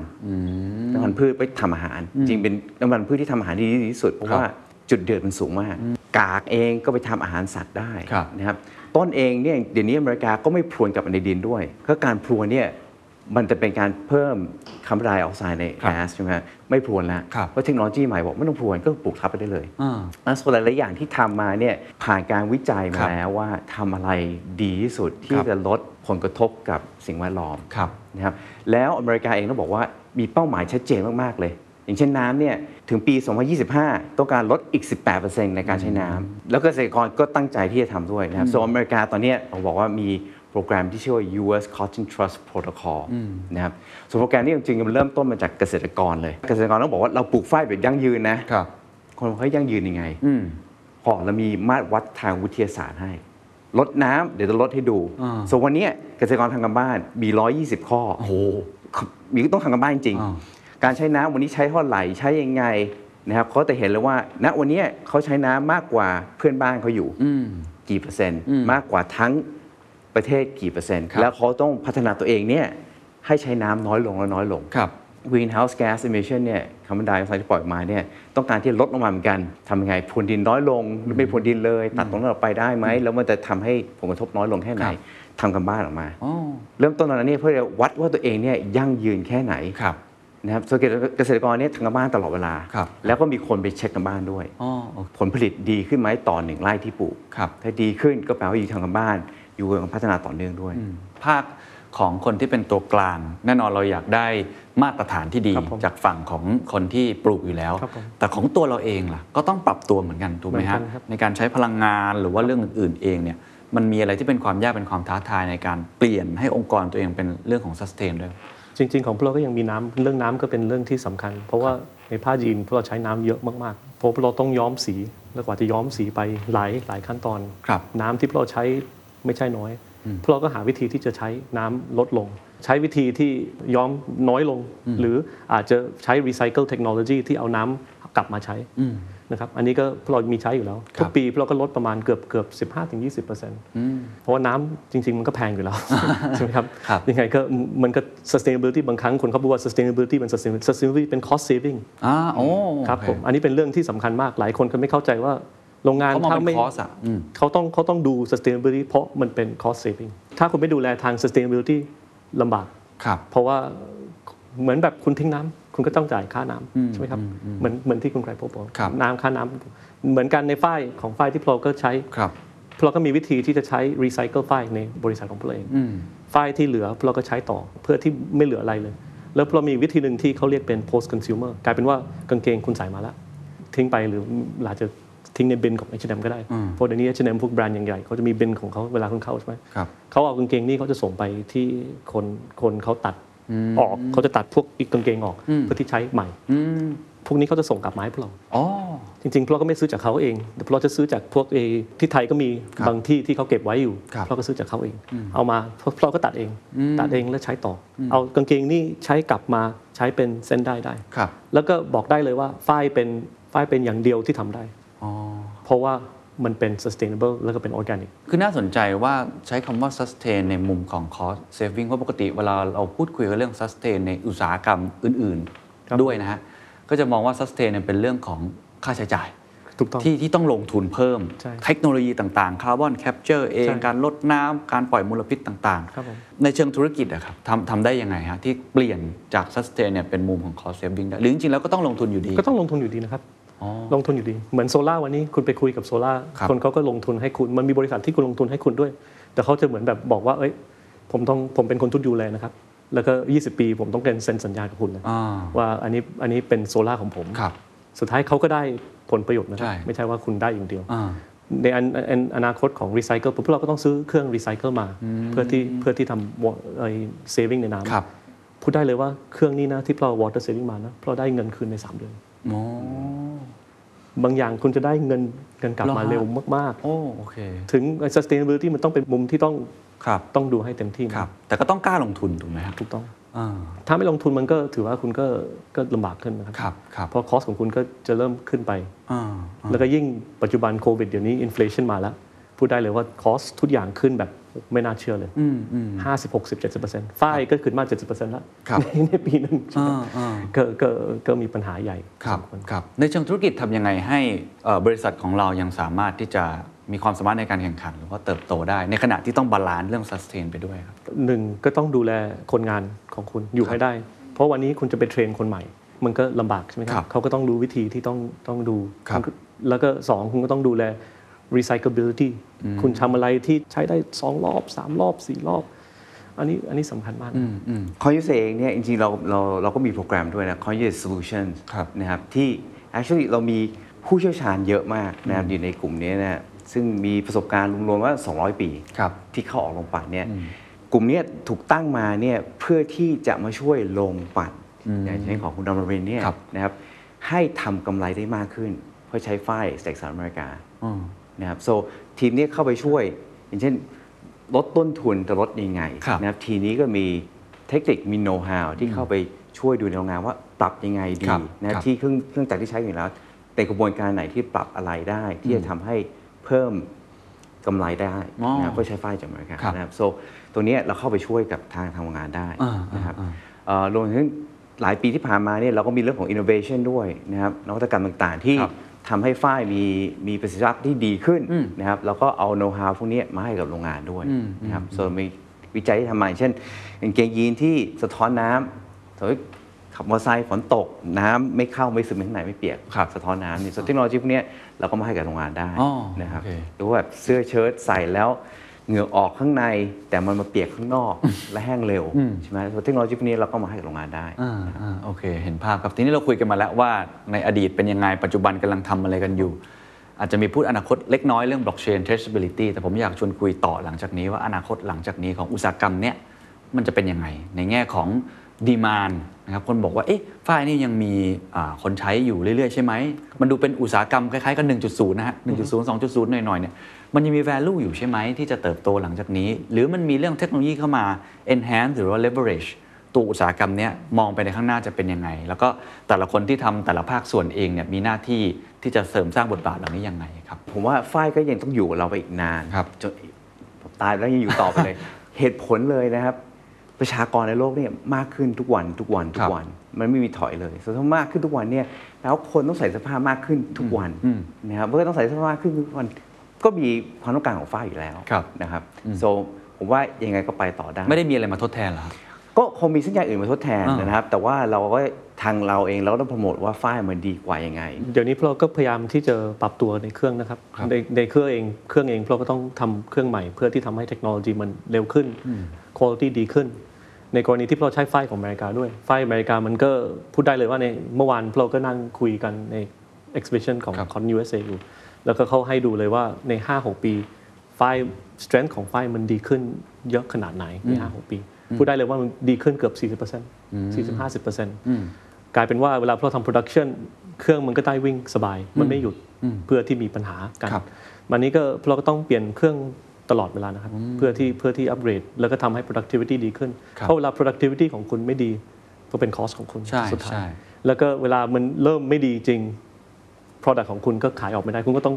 น้ำมันพืชไปทำอาหาร จริงเป็นน้ำมันพืชที่ทำอาหารดีที่สุด เพราะว่าจุดเดือดมันสูงมาก กากเองก็ไปทำอาหารสัตว์ได้
ครับ
นะครับต้นเองเนี่ยเดี๋ยวนี้อเมริกาก็ไม่พรวนกลับมาในดินด้วยก็การพรวนเนี่ยมันจะเป็นการเพิ่มคาร์บอนไดออกไซด์ในแก๊สใช่ไหมฮะไม่พรวนแล้วเพราะเทคโนโลยีใหม่บอกไม่ต้องพรวนก็ปลูกทับไปได้เลย
อ่า
นักส่วนหลายๆอย่างที่ทำมาเนี่ยผ่านการวิจัย
ครับ
มาแล้วว่าทำอะไรดีที่สุด
ค
ที่
รับ
จะลดผลกระทบกับสิ่งแวดล้อม
ครับ
นะครับแล้วอเมริกาเองต้องบอกว่ามีเป้าหมายชัดเจนมาก ๆ เลย อย่างเช่นน้ำเนี่ยถึงปี 2025 ต้องการลดอีก 18%ในการใช้น้ำแล้วก็เกษตรกรก็ตั้งใจที่จะทำด้วยนะครับส่วนอเมริกาตอนเนี้ยเราบอกว่ามีโปรแกรมที่ชื่อว่า U.S. Cotton Trust Protocol นะครับส่วนโปรแกรมนี้จริงๆมันเริ่มต้นมาจากเกษตรกรเลยเกษตรกรต้องบอกว่าเราปลูกฝ้ายแบบยั่งยืนนะครับ คนเขายั่งยืนยังไง
อืม
พอเรามีมาตรวัดทางวิทยาศาสตร์ให้ ลดน้ำเดี๋ยวจะลดให้ดู
อ่า
ส่วนวันเนี้ยเกษตรกรทางการบ้านมี 120 ข้อโอ้โหมีต้องทางการบ้านจริง
อ่า
การใช้น้ำวันนี้ใช้เท่าไหร่ใช้ยังไงนะครับเขาจะเห็นเลยว่าณวันเนี้ยเขาใช้น้ำมากกว่าเพื่อนบ้านเขาอยู่
อืม
กี่เปอร์เซ็นต์
อืม
มากกว่าทั้งประเทศกี่เปอร์เซ็นต์
ครับ
แล้วเขาต้องพัฒนาตัวเองเนี่ยให้ใช้น้ำน้อยลงและน้อยลง
ครับ
greenhouse gas emission เนี่ยคาร์บอนไดออกไซด์ที่ปล่อยออกมาเนี่ยต้องการที่ลดลงมาเหมือนกันทำยังไงพรวนดินน้อยลงหรือไม่พรวนดินเลย ตัดตรงนั้นออกไปได้ไหม แล้วมันจะทำให้ผลกระทบน้อยลงแค่ไห
ค
น
รับ
ทำกันบ้านออกมา
อ๋อ
เริ่มต้นตอนนั้นเนี่ยเพื่อจะวัดว่าตัวเองเนี่ยยั่งยืนแค่ไหน
ครับ
นะครับส่วนเกษตรกรเนี่ยทำกันบ้านตลอดเวลา
ครับ
แล้วก็มีคนไปเช็คกันบ้านด้วย
อ๋อโอเค
ผลผลิตดีขึ้นไหมต่อหนึ่งไร่ที่ปลูก
ครับ
ถ้าดีขึ้นก็แปลว่าอยู่ทำกันบ้าน อยู่กับพัฒนาต่อเนื่องด้วย
ภาคของคนที่เป็นตัวกลาง แน่นอนเราอยากได้มาตรฐานที่ดี
ครับผม
จากฝั่งของคนที่ปลูกอยู่แล้ว
ครับผม
แต่ของตัวเราเองล่ะก็ต้องปรับตัวเหมือนกันถูกไหม
เหมือนกั
ฮะ
นครับ
ในการใช้พลังงานหรือว่าเรื่องอื่นๆเองเนี่ยมันมีอะไรที่เป็นความยากเป็นความท้าทายในการเปลี่ยนให้องค์กรตัวเองเป็นเรื่องของ sustain ด้วย
จริง ๆ ของพวกเราก็ยังมีน้ำเรื่องน้ำก็เป็นเรื่องที่สำคัญ เพราะว่าในผ้ายีนพวกเราใช้น้ำเยอะมากๆเพราะพวกเราต้องย้อมสีแล้วกว่าจะย้อมสีไปหลายหลายขั้นตอน
ครับ
น้ำที่พวกเราใช้ไม่ใช่น้อย พวกเราก็หาวิธีที่จะใช้น้ำลดลง ใช้วิธีที่ย้อมน้อยลง หรืออาจจะใช้ recycle technology ที่เอาน้ำกลับมาใช้นะครับอันนี้ก็พวกเรามีใช้อยู่แล้ว
ครับ
ทุกปีพวกเราก็ลดประมาณเกือบเกือบ 15-20% เพราะว่าน้ำจริง ๆ มันก็แพงอยู่แล้ว ใช่ไหมครับ
ครับ
ยังไงก็มันก็ sustainability บางครั้งคนเขาพูดว่า sustainability มัน sustainability sustainability เป็น cost saving
อ่าโอ้
ครับ
โอเ
ผมอันนี้เป็นเรื่องที่สำคัญมากหลายคนก็ไม่เข้าใจว่าโรงงาน
เขามองเป็น
ไม่
cost อะอืม
เขาต้องเขาต้องดู sustainability เพราะมันเป็น cost saving ถ้าคุณไม่ดูแลทาง sustainability ลำบาก
ครับ
เพราะว่าเหมือนแบบคุณทิ้งน้ำคุณก็ต้องจ่ายค่าน้ำใช่ไหมครับเหมือนเหมือนที่คุณไกรภพบบอก
ครับ
น้ำค่าน้ำเหมือนกันในฝ้ายของฝ้ายที่พวกเราก็ใช้
ครับ
พวกเราก็มีวิธีที่จะใช้รีไซเคิลฝ้ายในบริษัทของพวกเราเองฝ้ายที่เหลือพวกเราก็ใช้ต่อเพื่อที่ไม่เหลืออะไรเลย แล้วพวกเรามีวิธีหนึ่งที่เขาเรียกเป็น post consumer กลายเป็นว่ากางเกงคุณใส่มาแล้ว ทิ้งไปหรืออาจจะทิ้งในบินของ H&M ก็ได้ เพราะเดี๋ยวนี้ H&M พวกแบรนด์ใหญ่ๆเขาจะมีบินของเขาเวลาคุณเข้าใช่ไหม
ครับ
เขาเอากางเกงนี่เขาจะส่งไปที่คนคนเขาตัดออกเขาจะตัดพวกอีกกางเกงออกเพื่อที่ใช้ใหม่
อืม
พวกนี้เขาจะส่งกลับมาให้พวกเรา
อ๋อ
จริงๆเราก็ไม่ซื้อจากเขาเองแต่เราจะซื้อจากพวกเอที่ไทยก็มีบางที่ที่เขาเก็บไว้อยู่
ครับ
เราก็ซื้อจากเขาเอง เอามาเราก็ตัดเอง ตัดเองแล้วใช้ต่ออเอากางเกงนี่ใช้กลับมาใช้เป็นเส้นได้ได้
ครับ
แล้วก็บอกได้เลยว่าฝ้ายเป็นฝ้ายเป็นอย่างเดียวที่ทำได้
อ๋อ
เพราะว่ามันเป็น sustainable แล้วก็เป็น organic
คือน่าสนใจว่าใช้คำว่า sustain ในมุมของ cost saving เพราะปกติเวลาเราพูดคุยกันเรื่อง sustain ในอุตสาหกรรมอื่นๆ ด้วยนะฮะ ก็จะมองว่า sustain เนี่ยเป็นเรื่องของค่าใช้จ่าย
ถูกต้อง
ที่ที่ต้องลงทุนเพิ่ม
ใช่
เทคโนโลยีต่างๆ คาร์บอนแคปเจอร์เอง
ใช่
การลดน้ำ การปล่อยมลพิษต่าง
ครับผม
ในเชิงธุรกิจอะครับทำทำได้ยังไงฮะ ที่เปลี่ยนจาก sustain เนี่ยเป็นมุมของ cost saving ได้หรือจริงๆ แล้วก็ต้องลงทุนอยู่ดี
ก็ต้องลงทุนอยู่ดีนะครับ
อ๋อ
ลงทุนอยู่ดี เหมือนโซล่าวันนี้คุณไปคุยกับโซล่า
ครับ
คนเขาก็ลงทุนให้คุณ มันมีบริษัทที่คุณลงทุนให้คุณด้วย แต่เขาจะเหมือนแบบบอกว่า เอ้ย ผมต้องผมเป็นคนทุนดูแลนะครับ แล้วก็ 20 ปีผมต้องเซ็นเซ็นสัญญากับคุณนะ
อ่า
ว่าอันนี้อันนี้เป็นโซล่าของผม
ครับ
สุดท้ายเขาก็ได้ผลประโยชน์นะครั
ใช่
บไม่ใช่ว่าคุณได้อย่างเดียว
อ่า
ในอันอันอันอนาคตของรีไซเคิลพวกเราก็ต้องซื้อเครื่องรีไซเคิลมา เพื่อที่เพื่อที่ทำไอ้เซฟิงในน้
ครับ
ำพูดได้เลยว่าเครื่องนี้นะที่เราวอเตอร์เซฟิงมานะเราได้เงินคืนใน 3 เดือน
โอ้
บางอย่างคุณจะได้เงินเงินกลับ
เหรอ
มา
ฮะ
เร็วมาก
โอ้โอเค
ๆ ถึง sustainability มันต้องเป็นมุมที่ต้อง
ครับ
ต้องดูให้เต็มที่นะครับ
แต่ก็ต้องกล้าลงทุนถูกไหมครับ
ถูกต้อง
อ่า
ถ้าไม่ลงทุนมันก็ถือว่าคุณก็ก็ลำบากขึ้นนะครับ
ครับครับ
เพราะคอสของคุณก็จะเริ่มขึ้นไป
อ่าอ่า
แล้วก็ยิ่งปัจจุบันโควิดเดี๋ยวนี้อินฟล t ชันมาแล้ว พูดได้เลยว่าคอสทุกอย่างขึ้นแบบไม่น่าเชื่อเลย
อืมอืม
ห้าสิบหกสิบเจ็ดสิบเปอร์เซ็นต์ฝ้ายก็ขึ้นมาเจ็ดสิบเปอร์เซ็นต์ละ
ครับ
ในในปีหนึง
อ่าอ่า
ก็ก็ก็มีปัญหาใหญ่
ครับ
สมว
ครับ ในเชิงธุรกิจทำยังไงให้เอ่อบริษัทของเรายังสามารถที่จะมีความสามารถในการแข่งขัน หรือว่าเติบโตได้ ในขณะที่ต้องบาลานซ์เรื่อง sustain ไปด้วยครับ
หนึ่งก็ต้องดูแลคนงานของคุณอยู่ให้ได้ เพราะวันนี้คุณจะไปเทรนคนใหม่ มันก็ลำบากใช่ไหมค
ครั
รั
บบ
เขาก็ต้องรู้วิธีที่ต้องต้องดู
ครับ
แล้วก็สองคุณก็ต้องดูแล recyclability คุณทำอะไรที่ใช้ได้สองรอบสามรอบสี่รอบ อันนี้อันนี้สำคัญมากนะ
คอนยูเซเองเนี่ยจริงๆเราเราเราก็มีโปรแกรมด้วยนะคอนยูเซ solution
ครับ
นะครับที่ actually เรามีผู้เชี่ยวชาญเยอะมากนะครับอยู่ในกลุ่มนี้นะซึ่งมีประสบการณ์รวมๆว่า 200 ปี
ครับ
ที่เข้าออกโรงปั่นเนี่ยกลุ่มเนี้ยถูกตั้งมาเนี่ยเพื่อที่จะมาช่วยโรงปั่นอย่างเช่นของคุณดอมเรนเนี่ย
ครับ
นะครับให้ทำกำไรได้มากขึ้น เพื่อใช้ฝ้ายจากสหรัฐอเมริกา
อืม
นะครับ so ทีมเนี้เข้าไปช่วย อย่างเช่น ลดต้นทุนแต่ลดยังไง
ครับ
นะครับ ทีนี้ก็มีเทคนิคมีโน้ตฮาวที่เข้าไปช่วยดูในโรงงานว่าปรับยังไงดี
ครับ
นะครั
ค
บ
รับ
ที่เครื่องเครื่องจักรที่ใช้อยู่แล้วแต่กระบวนการไหนที่ปรับอะไรได้ ที่จะทำให้เพิ่มกำไรได้นะ
อ๋
ครับ
อ
เพื่อใช้ไฟจากอเมริกา
ครับ
นะครับ so ตัวเนี้ยเราเข้าไปช่วยกับทางทางโรงงานได้
อ่าอ่า
นะครับ
อ่า
เอ่อรวมถึงหลายปีที่ผ่านมาเนี่ยเราก็มีเรื่องของ innovation ด้วยนะครับนวัตกรรมต่างๆ ที่
ครับ
ทำให้ฝ้ายมีมีประสิทธิภาพที่ดีขึ้น
อืม
นะครับแล้วก็เอาโน้ตฮาวพวกนี้มาให้กับโรงงานด้วย
อืม
นะครับส่วนมีวิจัยที่ทำมาอย่างเช่นกางเกงยีนที่สะท้อนน้ำสมมติขับมอเตอร์ไซค์ฝนตก น้ำไม่เข้าไม่ซึมไปข้างในไม่เปียก
ครับ
สะท้อนน้ำนี่ส่วนเทคโนโลยีพวกนี้เราก็มาให้กับโรงงานได้
อ๋อ
นะครับ
โอเค
หรือว่าแบบเสื้อเชิ้ตใส่แล้วเหงื่อออกข้างใน แต่มันมาเปียกข้างนอกและแห้งเร็วใช่ไหมส่วนเทคโนโลยีพวกนี้เราก็มาให้กับโรงงานได้
อ่าอ่าโอเค เห็นภาพครับ ทีนี้เราคุยกันมาแล้วว่าในอดีตเป็นยังไง ปัจจุบันกำลังทำอะไรกันอยู่ อาจจะมีพูดอนาคตเล็กน้อยเรื่อง blockchain traceability แต่ผมอยากชวนคุยต่อหลังจากนี้ว่าอนาคตหลังจากนี้ของอุตสาหกรรมเนี้ยมันจะเป็นยังไง ในแง่ของดีมานนะครับ คนบอกว่า เอ๊ะฝ้ายนี่ยังมีอ่าคนใช้อยู่เรื่อย ๆ ใช่ไหม มันดูเป็นอุตสาหกรรมคล้ายๆกัน 1.0 นะฮะ 1.0 2.0 หน่อยๆเนี่ย มันยังมี value อยู่ใช่ไหมที่จะเติบโตหลังจากนี้ หรือมันมีเรื่องเทคโนโลยีเข้ามา enhance หรือว่า leverage ตัวอุตสาหกรรมเนี้ยมองไปในข้างหน้าจะเป็นยังไง แล้วก็แต่ละคนที่ทำแต่ละภาคส่วนเองเนี่ยมีหน้าที่ที่จะเสริมสร้างบทบาทเหล่านี้ยังไงครับ
ผมว่าฝ้ายก็ยังต้องอยู่กับเราไปอีกนาน
ครับ
จนผมตายแล้วยังอยู่ต่อไปเลย เหตุผลเลยนะครับ ประชากรในโลกเนี่ยมากขึ้นทุกวันทุกวันทุ
ครั
ก
บ
วันมันไม่มีถอยเลยส่วนถ้ามากขึ้นทุกวันเนี่ยแล้วคนต้องใส่เสื้อผ้ามากขึ้นทุกวัน
อืม
นะครับเมื่อต้องใส่เสื้อผ้ามากขึ้นทุกวันก็มีความต้องการของฝ้ายอยู่แล้ว
ครับ
นะครับ
อืม
โซผมว่ายังไงก็ไปต่อได้
ไม่ได้มีอะไรมาทดแทนเหรอครับ
ก็คงมีสัญญาณอื่นมาทดแทน
อ่าน
นะครับ แต่ว่าเราก็ทางเราเองเราก็ต้องโปรโมทว่าฝ้ายมันดีกว่ายังไง
เดี๋ยวนี้พวกเราก็พยายามที่จะปรับตัวในเครื่องนะครับ ในในเครื่องเองเครื่องเองพวกเราก็ต้องทำเครื่องใหม่ เพื่อที่ทำให้เทคโนโลยีมันเร็วขึ้นคุณภาพดีขึ้น ในกรณีที่พวกเราใช้ไฟล์ของอเมริกาด้วย ไฟล์อเมริกามันก็พูดได้เลยว่าในเมื่อวานพวกเราก็นั่งคุยกันใน exhibition ของ
ครับ
คอน USA อยู่ แล้วก็เขาให้ดูเลยว่าใน 5-6 ปีฝ้าย strength ของฝ้ายมันดีขึ้นเยอะขนาดไหนใน 5-6 ปี พูดได้เลยว่ามันดีขึ้นเกือบ 40% 40-50%กลายเป็นว่าเวลาเราทำ production เครื่องมันก็ได้วิ่งสบาย มันไม่หยุดเพื่อที่มีปัญหากัน
ครับ
มันนี้ก็เราก็ต้องเปลี่ยนเครื่องตลอดเวลานะครับ เพื่อที่เพื่อที่อัปเกรดแล้วก็ทำให้ productivity ดีขึ้น
ครับ
เพราะเวลา productivity ของคุณไม่ดีก็เป็น cost ของคุณ
ใช่
สุดท้า
ใช่
ย แล้วก็เวลามันเริ่มไม่ดีจริง product ของคุณก็ขายออกไม่ได้ คุณก็ต้อง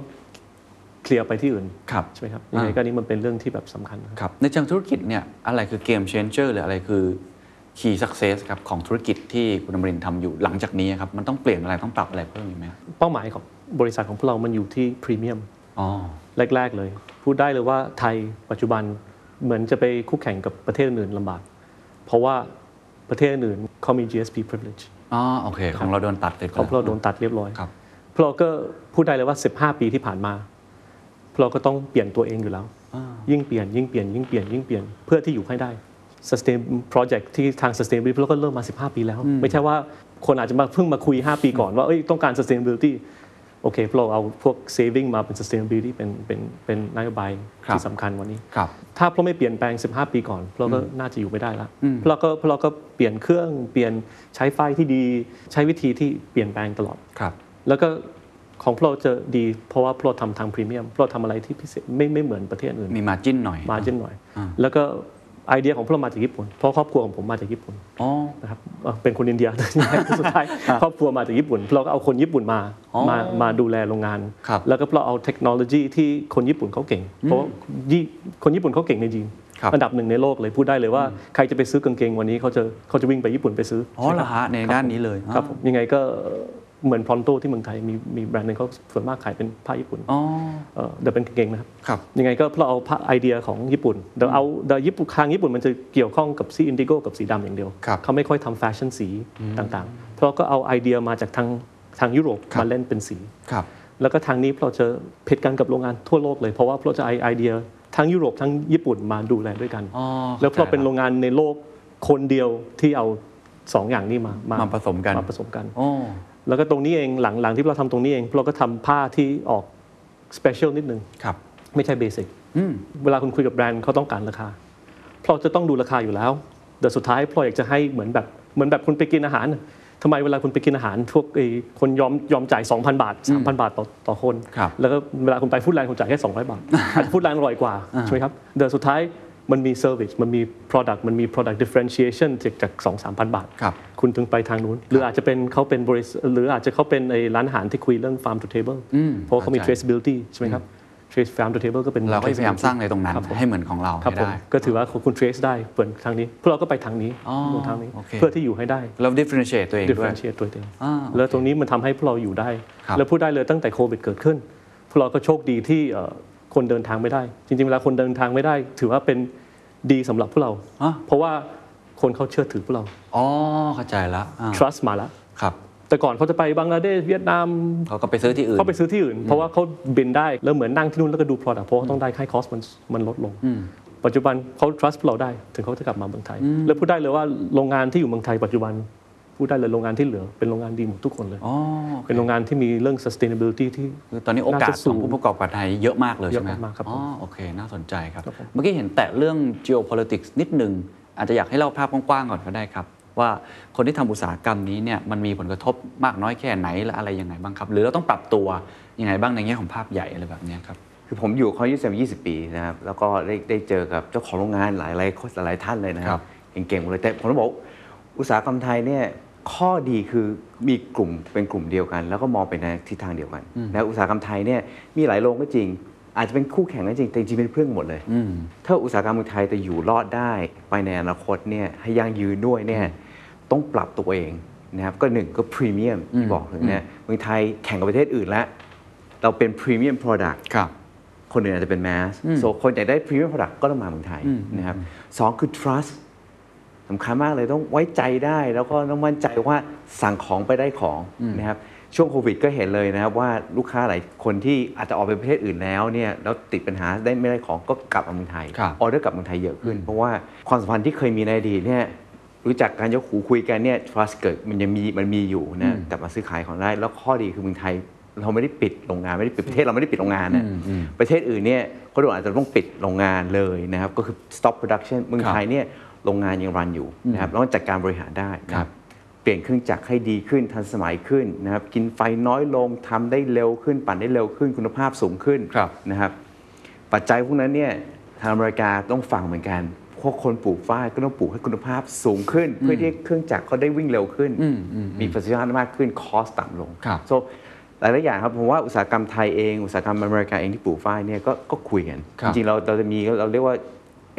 เคลียร์ไปที่อื่น
ครับ
ใช่ไหมครับยังไง
อ่า
ก็นี่มันเป็นเรื่องที่แบบสำคัญนะครับ
ครับในเชิงธุรกิจเนี่ยอะไรคือเกมเชนเจอร์หรืออะไรคือ key success ครับของธุรกิจที่คุณอมรินทร์ทำอยู่หลังจากนี้ครับมันต้องเปลี่ยนอะไรต้องปรับอะไรเพิ่มอีกไหม
เป้าหมายของบริษัทของพวกเรามันอยู่ที่พรีเมียม
อ๋อ
แรก ๆ เลย พูดได้เลยว่าไทยปัจจุบันเหมือนจะไปคู่แข่งกับประเทศอื่นลำบาก เพราะว่าประเทศอื่นเขามี GSP privilege
อ๋อโอเค ของเราโดนตัดติดไป
ของพวกเราโดน
แล้ว
ตัดเรียบร้อย
ครับ
พวกเราก็พูดได้เลยว่า 15 ปีที่ผ่านมาพวกเราก็ต้องเปลี่ยนตัวเองอยู่แล้ว ยิ่งเปลี่ยนยิ่งเปลี่ยนยิ่งเปลี่ยนยิ่งเปลี่ยนเพื่อที่อยู่ให้ได้ sustain project ที่ทาง sustainability เราก็เริ่มมา 15 ปีแล้ว ไม่ใช่ว่าคนอาจจะมาเพิ่งมาคุย 5 ปีก่อนว่าเอ้ยต้องการ sustainability โอเคพวกเราเอาพวก saving มาเป็น sustainability เป็นเป็นเป็นนโยบาย
ครับ
ที่สำคัญวันนี้
ครับ
ถ้าเราไม่เปลี่ยนแปลง 15 ปีก่อนเราก็น่าจะอยู่ไม่ได้ละเราก็เราก็เปลี่ยนเครื่องเปลี่ยนใช้ไฟที่ดี ใช้วิธีที่เปลี่ยนแปลงตลอด
ครับ
แล้วก็ของพวกเราจะดีเพราะว่าพวกเราทำทางพรีเมียมพวกเราทำอะไรที่พิเศษไม่ไม่เหมือนประเทศอื่น
มีมาจิ้นหน่อย
มาเช่นหน่อย แล้วก็ไอเดียของพวกเรามาจากญี่ปุ่น เพราะครอบครัวของผมมาจากญี่ปุ่น
อ๋อ
นะครับ เอ่อเป็นคนอินเดีย สุดท้ายครอบครัวมาจากญี่ปุ่นเราก็เอาคนญี่ปุ่นมามามาดูแลโรงงาน
ครับ
แล้วก็เราเอาเทคโนโลยีที่คนญี่ปุ่นเขาเก่ง เพราะยี่คนญี่ปุ่นเขาเก่งในยีน
ครับ
อันดับหนึ่งในโลกเลยพูดได้เลยว่าใครจะไปซื้อกางเกงวันนี้เขาจะเขาจะวิ่งไปญี่ปุ่นไปซื้อ
อ๋อเหรอฮะในด้านนี้เลย
ครับผมยังไงก็เหมือนพรอนโตที่เมืองไทยมีมีแบรนด์หนึงเขาส่วนมากขายเป็นผ้าญี่ปุ่น
อ๋อ
เอ่อเดี๋ยวเป็นกางเกงนะครับ
ครับ
ยังไงก็เราเอาพระไอเดียของญี่ปุ่นเดี๋ยวเอาเดี๋ยวญี่ปุ่นคางญี่ปุ่นมันจะเกี่ยวข้องกับสีอินดิโกกับสีดำอย่างเดียว
ครับ
เขาไม่ค่อยทำแฟชั่นสีต่างๆ เพราะก็เอาไอเดียมาจากทางทางยุโรป
ครับ
มาเล่นเป็นสี
ครับ
แล้วก็ทางนี้เราจะเพดกันกับโรงงานทั่วโลกเลย เพราะว่าเราจะไอไอเดียทั้งยุโรปทั้งญี่ปุ่นมาดูแลด้วยกัน
อ๋อเข้าใจ
แล้วเราเป็นโรงงานในโลกคนเดียวที่เอาสองอย่างนี้มามา
มาผสมกัน
มาผสมกัน
อ๋อ
แล้วก็ตรงนี้เองหลังหลังที่เราทำตรงนี้เองเราก็ทำผ้าที่ออกสเปเชียลนิดนึง
ครับ
ไม่ใช่เบสิกเวลาคุณคุยกับแบรนด์เขาต้องการราคาเพราะจะต้องดูราคาอยู่แล้วแต่สุดท้ายเพราะอยากจะให้เหมือนแบบเหมือนแบบคุณไปกินอาหารน่ะทำไมเวลาคุณไปกินอาหารพวกไอ้คนยอมยอมจ่าย 2,000 บาท 3,000 บาทต่อต่อคน
ครับ
แล้วก็เวลาคุณไปฟู้ดแลนด์คุณจ่ายแค่ 200 บา ท อาจจะฟู้ดแลนด์อร่อยกว่า ใช่ไหมครับแต่สุดท้ายมันมีเซอร์วิสมันมี Product มันมี Product Differentiation จากจากสองสามพันบาท
ครับ
คุณถึงไปทางนู้น หรืออาจจะเป็นเขาเป็นบริษัทหรืออาจจะเขาเป็นไอ้ร้านอาหารที่คุยเรื่อง farm to table เพราะเขามี
เข้าใจ
traceability ใช่ไหมครับ trace farm to table ก็เป็น
เราก็พยายาม
traceability
สร้างในตรงนั้น
ครับผม
ให้เหมือนของเรา
ครับ
ให้
ผม
ได้
ก็ถือว่าคุณ trace ได้เปิดทางนี้พวกเราก็ไปทางนี้
อ๋อ
ลงทางนี้
โอเค
เพื่อที่อยู่ให้ได้
เรา differentiate ตัวเองด้วย
differentiate ตัวเอง
อ่าโอเค
แล้วตรงนี้มันทำให้พวกเราอยู่ได้
ครับ
แล้วพูดได้เลยตั้งแต่โควิดเกิดขึ้น พวกเราก็โชคดีที่เอ่อคนเดินทางไม่ได้ จริงๆเวลาคนเดินทางไม่ได้ ถือว่าเป็นดีสำหรับพวกเรา เพราะว่าคนเขาเชื่อถือพวกเรา
อ๋อเข้าใจละอ่า
trust มาแล้ว
ครับ
แต่ก่อนเขาจะไปบังกลาเทศเวียดนาม
เขาก็ไปซื้อที่อื่น
เขาไปซื้อที่อื่น เพราะว่าเขาบินได้แล้วเหมือนนั่งที่นู่นแล้วก็ดู product เพราะว่าต้องได้ค่าคอสมันมันลดลง ปัจจุบันเขา trust เราได้ถึงเขาจะกลับมาเมืองไทย แล้วพูดได้เลยว่าโรงงานที่อยู่เมืองไทยปัจจุบันพูดได้เลยโรงงานที่เหลือเป็นโรงงานดีหมดทุกคนเลย
อ๋อโอเค
เป็นโรงงานที่มีเรื่อง sustainability ที่
คือตอนนี้โอกาส
น่าจะสู
ของ
ง
ผู้ประกอบการไทยเยอะมากเลย
เย
ใช่
อะ
ไหม
มากๆครับผม
อ๋อโอเค น่าสนใจครับ เมื่อกี้เห็นแตะเรื่อง geopolitics นิดหนึ่งอาจจะอยากให้เล่าภาพกว้างๆก่อนก็ได้ครับ ว่าคนที่ทำอุตสาหกรรมนี้เนี่ยมันมีผลกระทบมากน้อยแค่ไหนและอะไรยังไงบ้างครับ หรือเราต้องปรับตัวยังไงบ้างในแง่ของภาพใหญ่อะไรแบบเนี้ยครับ
คือผมอยู่คอนยูเซมยี่สิบปีนะครับ แล้วก็ได้ได้เจอกับเจ้าของโรงงานหลายหลายคนหลายท่านเลยนะค
ครั
รับ บ เก่งๆหมดเลยแต่ผมต้องบอกอุตสาหกรรมไทยเนี่ยข้อดีคือมีกลุ่มเป็นกลุ่มเดียวกัน แล้วก็มองไปในทิศทางเดียวกันนะอุตสาหกรรมไทยเนี่ยมีหลายโรงก็จริง อาจจะเป็นคู่แข่งก็จริงแต่จริงๆเป็นเพื่อนหมดเลย ถ้าอุตสาหกรรมเมืองไทยจะอยู่รอดได้ไปในอนาคตเนี่ยให้ยั่งยืนด้วยเนี่ยต้องปรับตัวเองนะครับก็หนึ่งก็พรีเมียมที่บอกถึงเนี่ยเมืองไทยแข่งกับประเทศอื่นแล้วเราเป็นพรีเมียมโปรดัก
ครับ
คนอื่นอาจจะเป็นแมสโซคนอยากได้พรีเมียม product ก็ต้องมาเมืองไทยนะครับสองคือ trust สำคัญมากเลยต้องไว้ใจได้ แล้วก็ต้องมั่นใจว่าสั่งของไปได้ของนะครับช่วงโควิดก็เห็นเลยนะครับว่าลูกค้าหลายคนที่อาจจะออกไปประเทศอื่นแล้วเนี่ยแล้วติดปัญหาได้ไม่ได้ของก็กลับมาเมืองไทย
ครับ
ออเดอร์กลับเมืองไทยเยอะขึ้น เพราะว่าความสัมพันธ์ที่เคยมีในอดีตเนี่ยรู้จักการยกหูคุยกันเนี่ย trust เกิดมันยังมีมันมีอยู่นะกลับมาซื้อขายของได้แล้วข้อดีคือเมืองไทย เราไม่ได้ปิดโรงงานไม่ได้ปิดประเทศเราไม่ได้ปิดโรงงานนะ
อืมอืม
ประเทศอื่นเนี่ยเขาโดนอาจจะต้องปิดโรงงานเลยนะครับก็คือ stop production เมือง
ครับ
ไทยเนี่ยโรงงานยังรันอยู่นะครับต้องจัดการบริหารได้นะค
ครั
รั
บบ
เปลี่ยนเครื่องจักรให้ดีขึ้นทันสมัยขึ้นนะครับกินไฟน้อยลงทำได้เร็วขึ้น ปั่นได้เร็วขึ้นคุณภาพสูงขึ้น
ครับ
นะครับ ปัจจัยพวกนั้นเนี่ยทางอเมริกาต้องฟังเหมือนกัน พวกคนปลูกฝ้ายก็ต้องปลูกให้คุณภาพสูงขึ้น เพื่อที่เครื่องจักรเขาได้วิ่งเร็วขึ้น
อืมอืมอืม
มีประสิทธิภาพมากขึ้น คอสต่ำลง
ครับ
so หลายๆอย่างครับผมว่าอุตสาหกรรมไทยเอง อุตสาหกรรมอเมริกาเองที่ปลูกฝ้ายเนี่ยก็ก็คุยกัน
ครับ
จริงๆเราเราจะมีเราเรียกว่า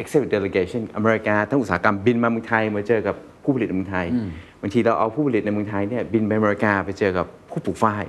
executive delegation อเมริกาทั้งอุตสาหกรรมบินมาเมืองไทยมาเจอกับผู้ผลิตในเมืองไทยบางทีเราเอาผู้ผลิตในเมืองไทยเนี่ยบินไปอเมริกาไปเจอกับผู้ปลูกฝ้าย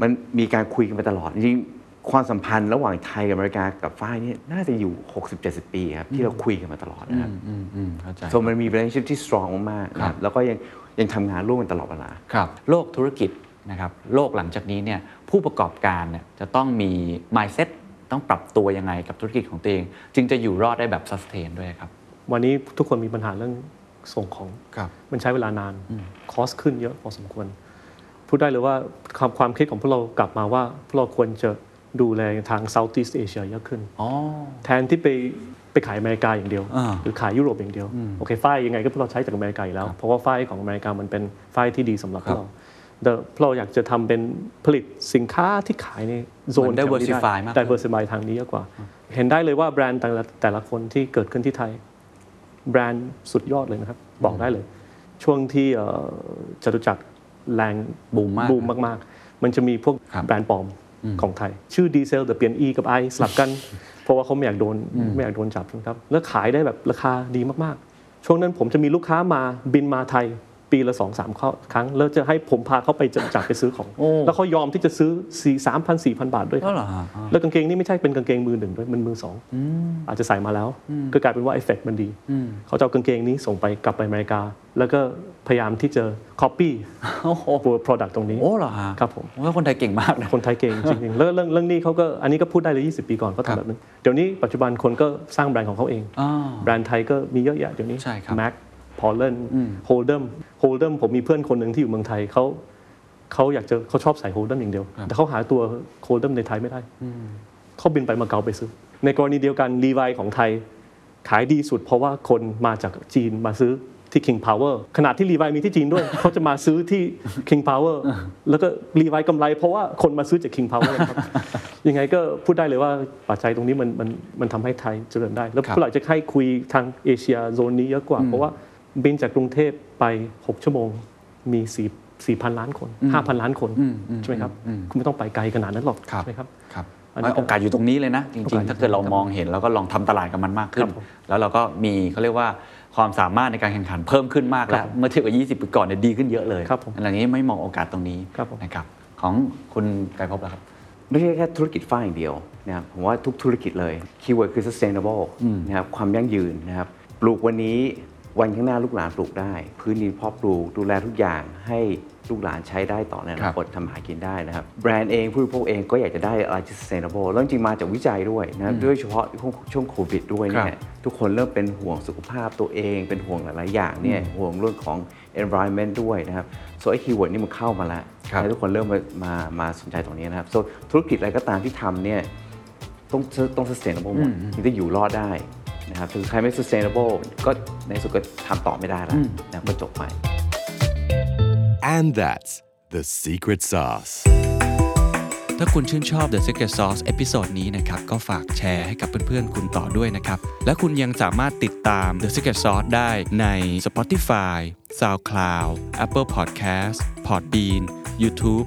มันมีการคุยกันมาตลอดจริงๆความสัมพันธ์ระหว่างไทยกับอเมริกากับฝ้ายเนี่ยน่าจะอยู่ 60-70 ปีครับที่เราคุยกันมาตลอดนะครับ
อืมอืมเข้าใจ
โซมันมี relationship ที่ strong มากๆนะค
ครั
รับบ แล้วก็ยังยังทำงานร่วมกันตลอดเวลา
ครับโลกธุรกิจนะครับโลกหลังจากนี้เนี่ยผู้ประกอบการเนี่ยจะต้องมี mindset ต้องปรับตัวยังไงกับธุรกิจของตัวเอง จึงจะอยู่รอดได้แบบ sustain ด้วยครับ
วันนี้ทุกคนมีปัญหาเรื่องส่งของ
ครับ
มันใช้เวลานานคอสขึ้นเยอะพอสมควร พูดได้เลยว่าความความคิดของพวกเรากลับมาว่าพวกเราควรจะดูแลทาง Southeast Asia เยอะขึ้น
อ๋อ
แทนที่ไปไปขายอเมริกาอย่างเดียว
อ่า
หรือขายยุโรปอย่างเดียว โอเคฝ้ายยังไงก็พวกเราใช้จากอเมริกาอยู่แล้ว เพราะว่าฝ้ายของอเมริกามันเป็นฝ้ายที่ดีสำหรับพวกเราแต่พวกเราอยากจะทำเป็นผลิตสินค้าที่ขายในโซ
เหมื
น
อน
แถว
diversify มากขึ้น
diversify ทางนี้เยอะกว่า เห็นได้เลยว่าแบรนด์แต่ละแต่ละคนที่เกิดขึ้นที่ไทย แบรนด์สุดยอดเลยนะครับ บอกได้เลย ช่วงที่เอ่อจตุจักรแรง
บูมมาก
บูมมากๆ มันจะมีพวก
ครับ
แบรนด์ปลอมของไทย ชื่อดีเซลแต่เปลี่ยน E กับ I สลับกัน เพราะว่าเขาไม่อยากโดนไม่อยากโดนจับนะครับ แล้วขายได้แบบราคาดีมากๆ ช่วงนั้นผมจะมีลูกค้ามาบินมาไทยปีละ2องสามครั้ง แล้วจะให้ผมพาเขาไปจตุจักรไปซื้อของ
โอ้
แล้วเขายอมที่จะซื้อสี่สามพันสี่พันบาทด้วย
ก็เหรอฮะอ๋อ
แล้วกางเกงนี่ไม่ใช่เป็นกางเกงมือหนึ่งด้วยมันมือสองอาจจะใส่มาแล้ว ก็กลายเป็นว่าเอฟเฟกมันดี เขาจะเอากางเกงนี้ส่งไปกลับไปอเมริกา แล้วก็พยายามที่จะ copy
โอ้โห
ตัว product ตรงนี้
โอ้เหรอฮะ
ครับผม
ว่าคนไทยเก่งมากนะ
คนไทยเก่งจริงๆแล้วเรื่องเรื่องนี้เขาก็อันนี้ก็พูดได้เลย 20 ปีก่อนก็
ครับ
ทำแบบนั้นเดี๋ยวนี้ปัจจุบันคนก็สร้างแบรนด์ของเขาเอง
อ๋อ
แบรนด์ไทยก็มีเยอะแยะเดี๋ยวนี้
ใช่ครับ
แม็กพอลเลนโฮลเดมโฮลเดมผมมีเพื่อนคนหนึ่งที่อยู่เมืองไทยเขาเขาอยากจะเขาชอบใส่โฮลเดมอย่างเดียว
ครับ
แต่เขาหาตัวโฮลเดมในไทยไม่ได้เขาบินไปมาเก๊าไปซื้อ ในกรณีเดียวกันรีไวของไทย ขายดีสุดเพราะว่าคนมาจากจีนมาซื้อที่ King Power ขนาดที่รีไวมีที่จีนด้วย เขาจะมาซื้อที่ King Power แล้วก็รีไวกำไรเพราะว่าคนมาซื้อจาก King Power ครับ ยังไงก็พูดได้เลยว่าปัจจัยตรงนี้มันมันมันทำให้ไทยเจริญได้ แล้ว
ครับ
เพื่อจะให้คุยทางเอเชียโซนนี้เยอะกว่า เพราะว่าบินจากกรุงเทพไป 6 ชั่วโมงมี4 4พันล้านคน 5,000 ล้านคนใช่ไหมครับคุณไม่ต้องไปไกลขนาดนั้นหรอก
ครับ
ใช่ไหมครับ
ครับ
อันนี้ก็
โอกาสอยู่ตรงนี้เลยนะ จ
โอ
ริง
กาส
ๆ ถ้าเกิดเรามองเห็นแล้วก็ลองทำตลาดกับมันมากขึ้
คน รับผม
แล้วเราก็มีเขาเรียกว่าความสามารถในการแข่งขันเพิ่มขึ้นมากแล้ว เมื่อเทียบกับ 20 ปีก่อนเนี่ยดีขึ้นเยอะเลย
ครับผม
อะไรอย่างนี้ไม่มองโอกาสตรงนี้
ครับผม
นะครับของคุณไกรภพล่ะครับ
ไม่ใช่แค่ธุรกิจฝ้ายอย่างเดียวนะครับผมว่าทุกธุรกิจเลยคีย์เวิร์ดคือ sustainable นะครับความยั่งยืนนะครับปลูกวันนี้วันข้างหน้าลูกหลานปลูกได้ พื้นดินเพาะปลูกดูแลทุกอย่างให้ลูกหลานใช้ได้ต่อในอนาคตทำหากินได้นะครับแบรนด์เองผู้บริโภคเองก็อยากจะได้อะไรที่ sustainable แล้วจริงๆมาจากวิจัยด้วยนะครับโด้วยเฉพาะช่วงช่วงโควิดด้วย
ครั
เนี่ย
บ
ทุกคนเริ่มเป็นห่วงสุขภาพตัวเอง เป็นห่วงหลายๆอย่างเนี่ยห่วงเรื่องของ environment ด้วยนะครับโซไอคีย์เวิร์ดนี่มันเข้ามาแล้ว
ครับ
ให้ทุกคนเริ่มมามามาสนใจตรงนี้นะครับ so, ธุรกิจอะไรก็ตามที่ทำเนี่ยต้องต้อง sustainable หมดถึงจะอยู่รอดได้นะครับถ้าใครไม่ sustainable ก็ในสุดก็ทำต่อไม่ได้แล้วนะครับก็จบไป
And that's the secret sauce.
ถ้าคุณชื่นชอบ The Secret Sauce เอพิโซดนี้นะครับ ก็ฝากแชร์ให้กับเพื่อนๆ คุณต่อด้วยนะครับ และคุณยังสามารถติดตาม The Secret Sauce ได้ใน Spotify, SoundCloud, Apple Podcast, Podbean, YouTube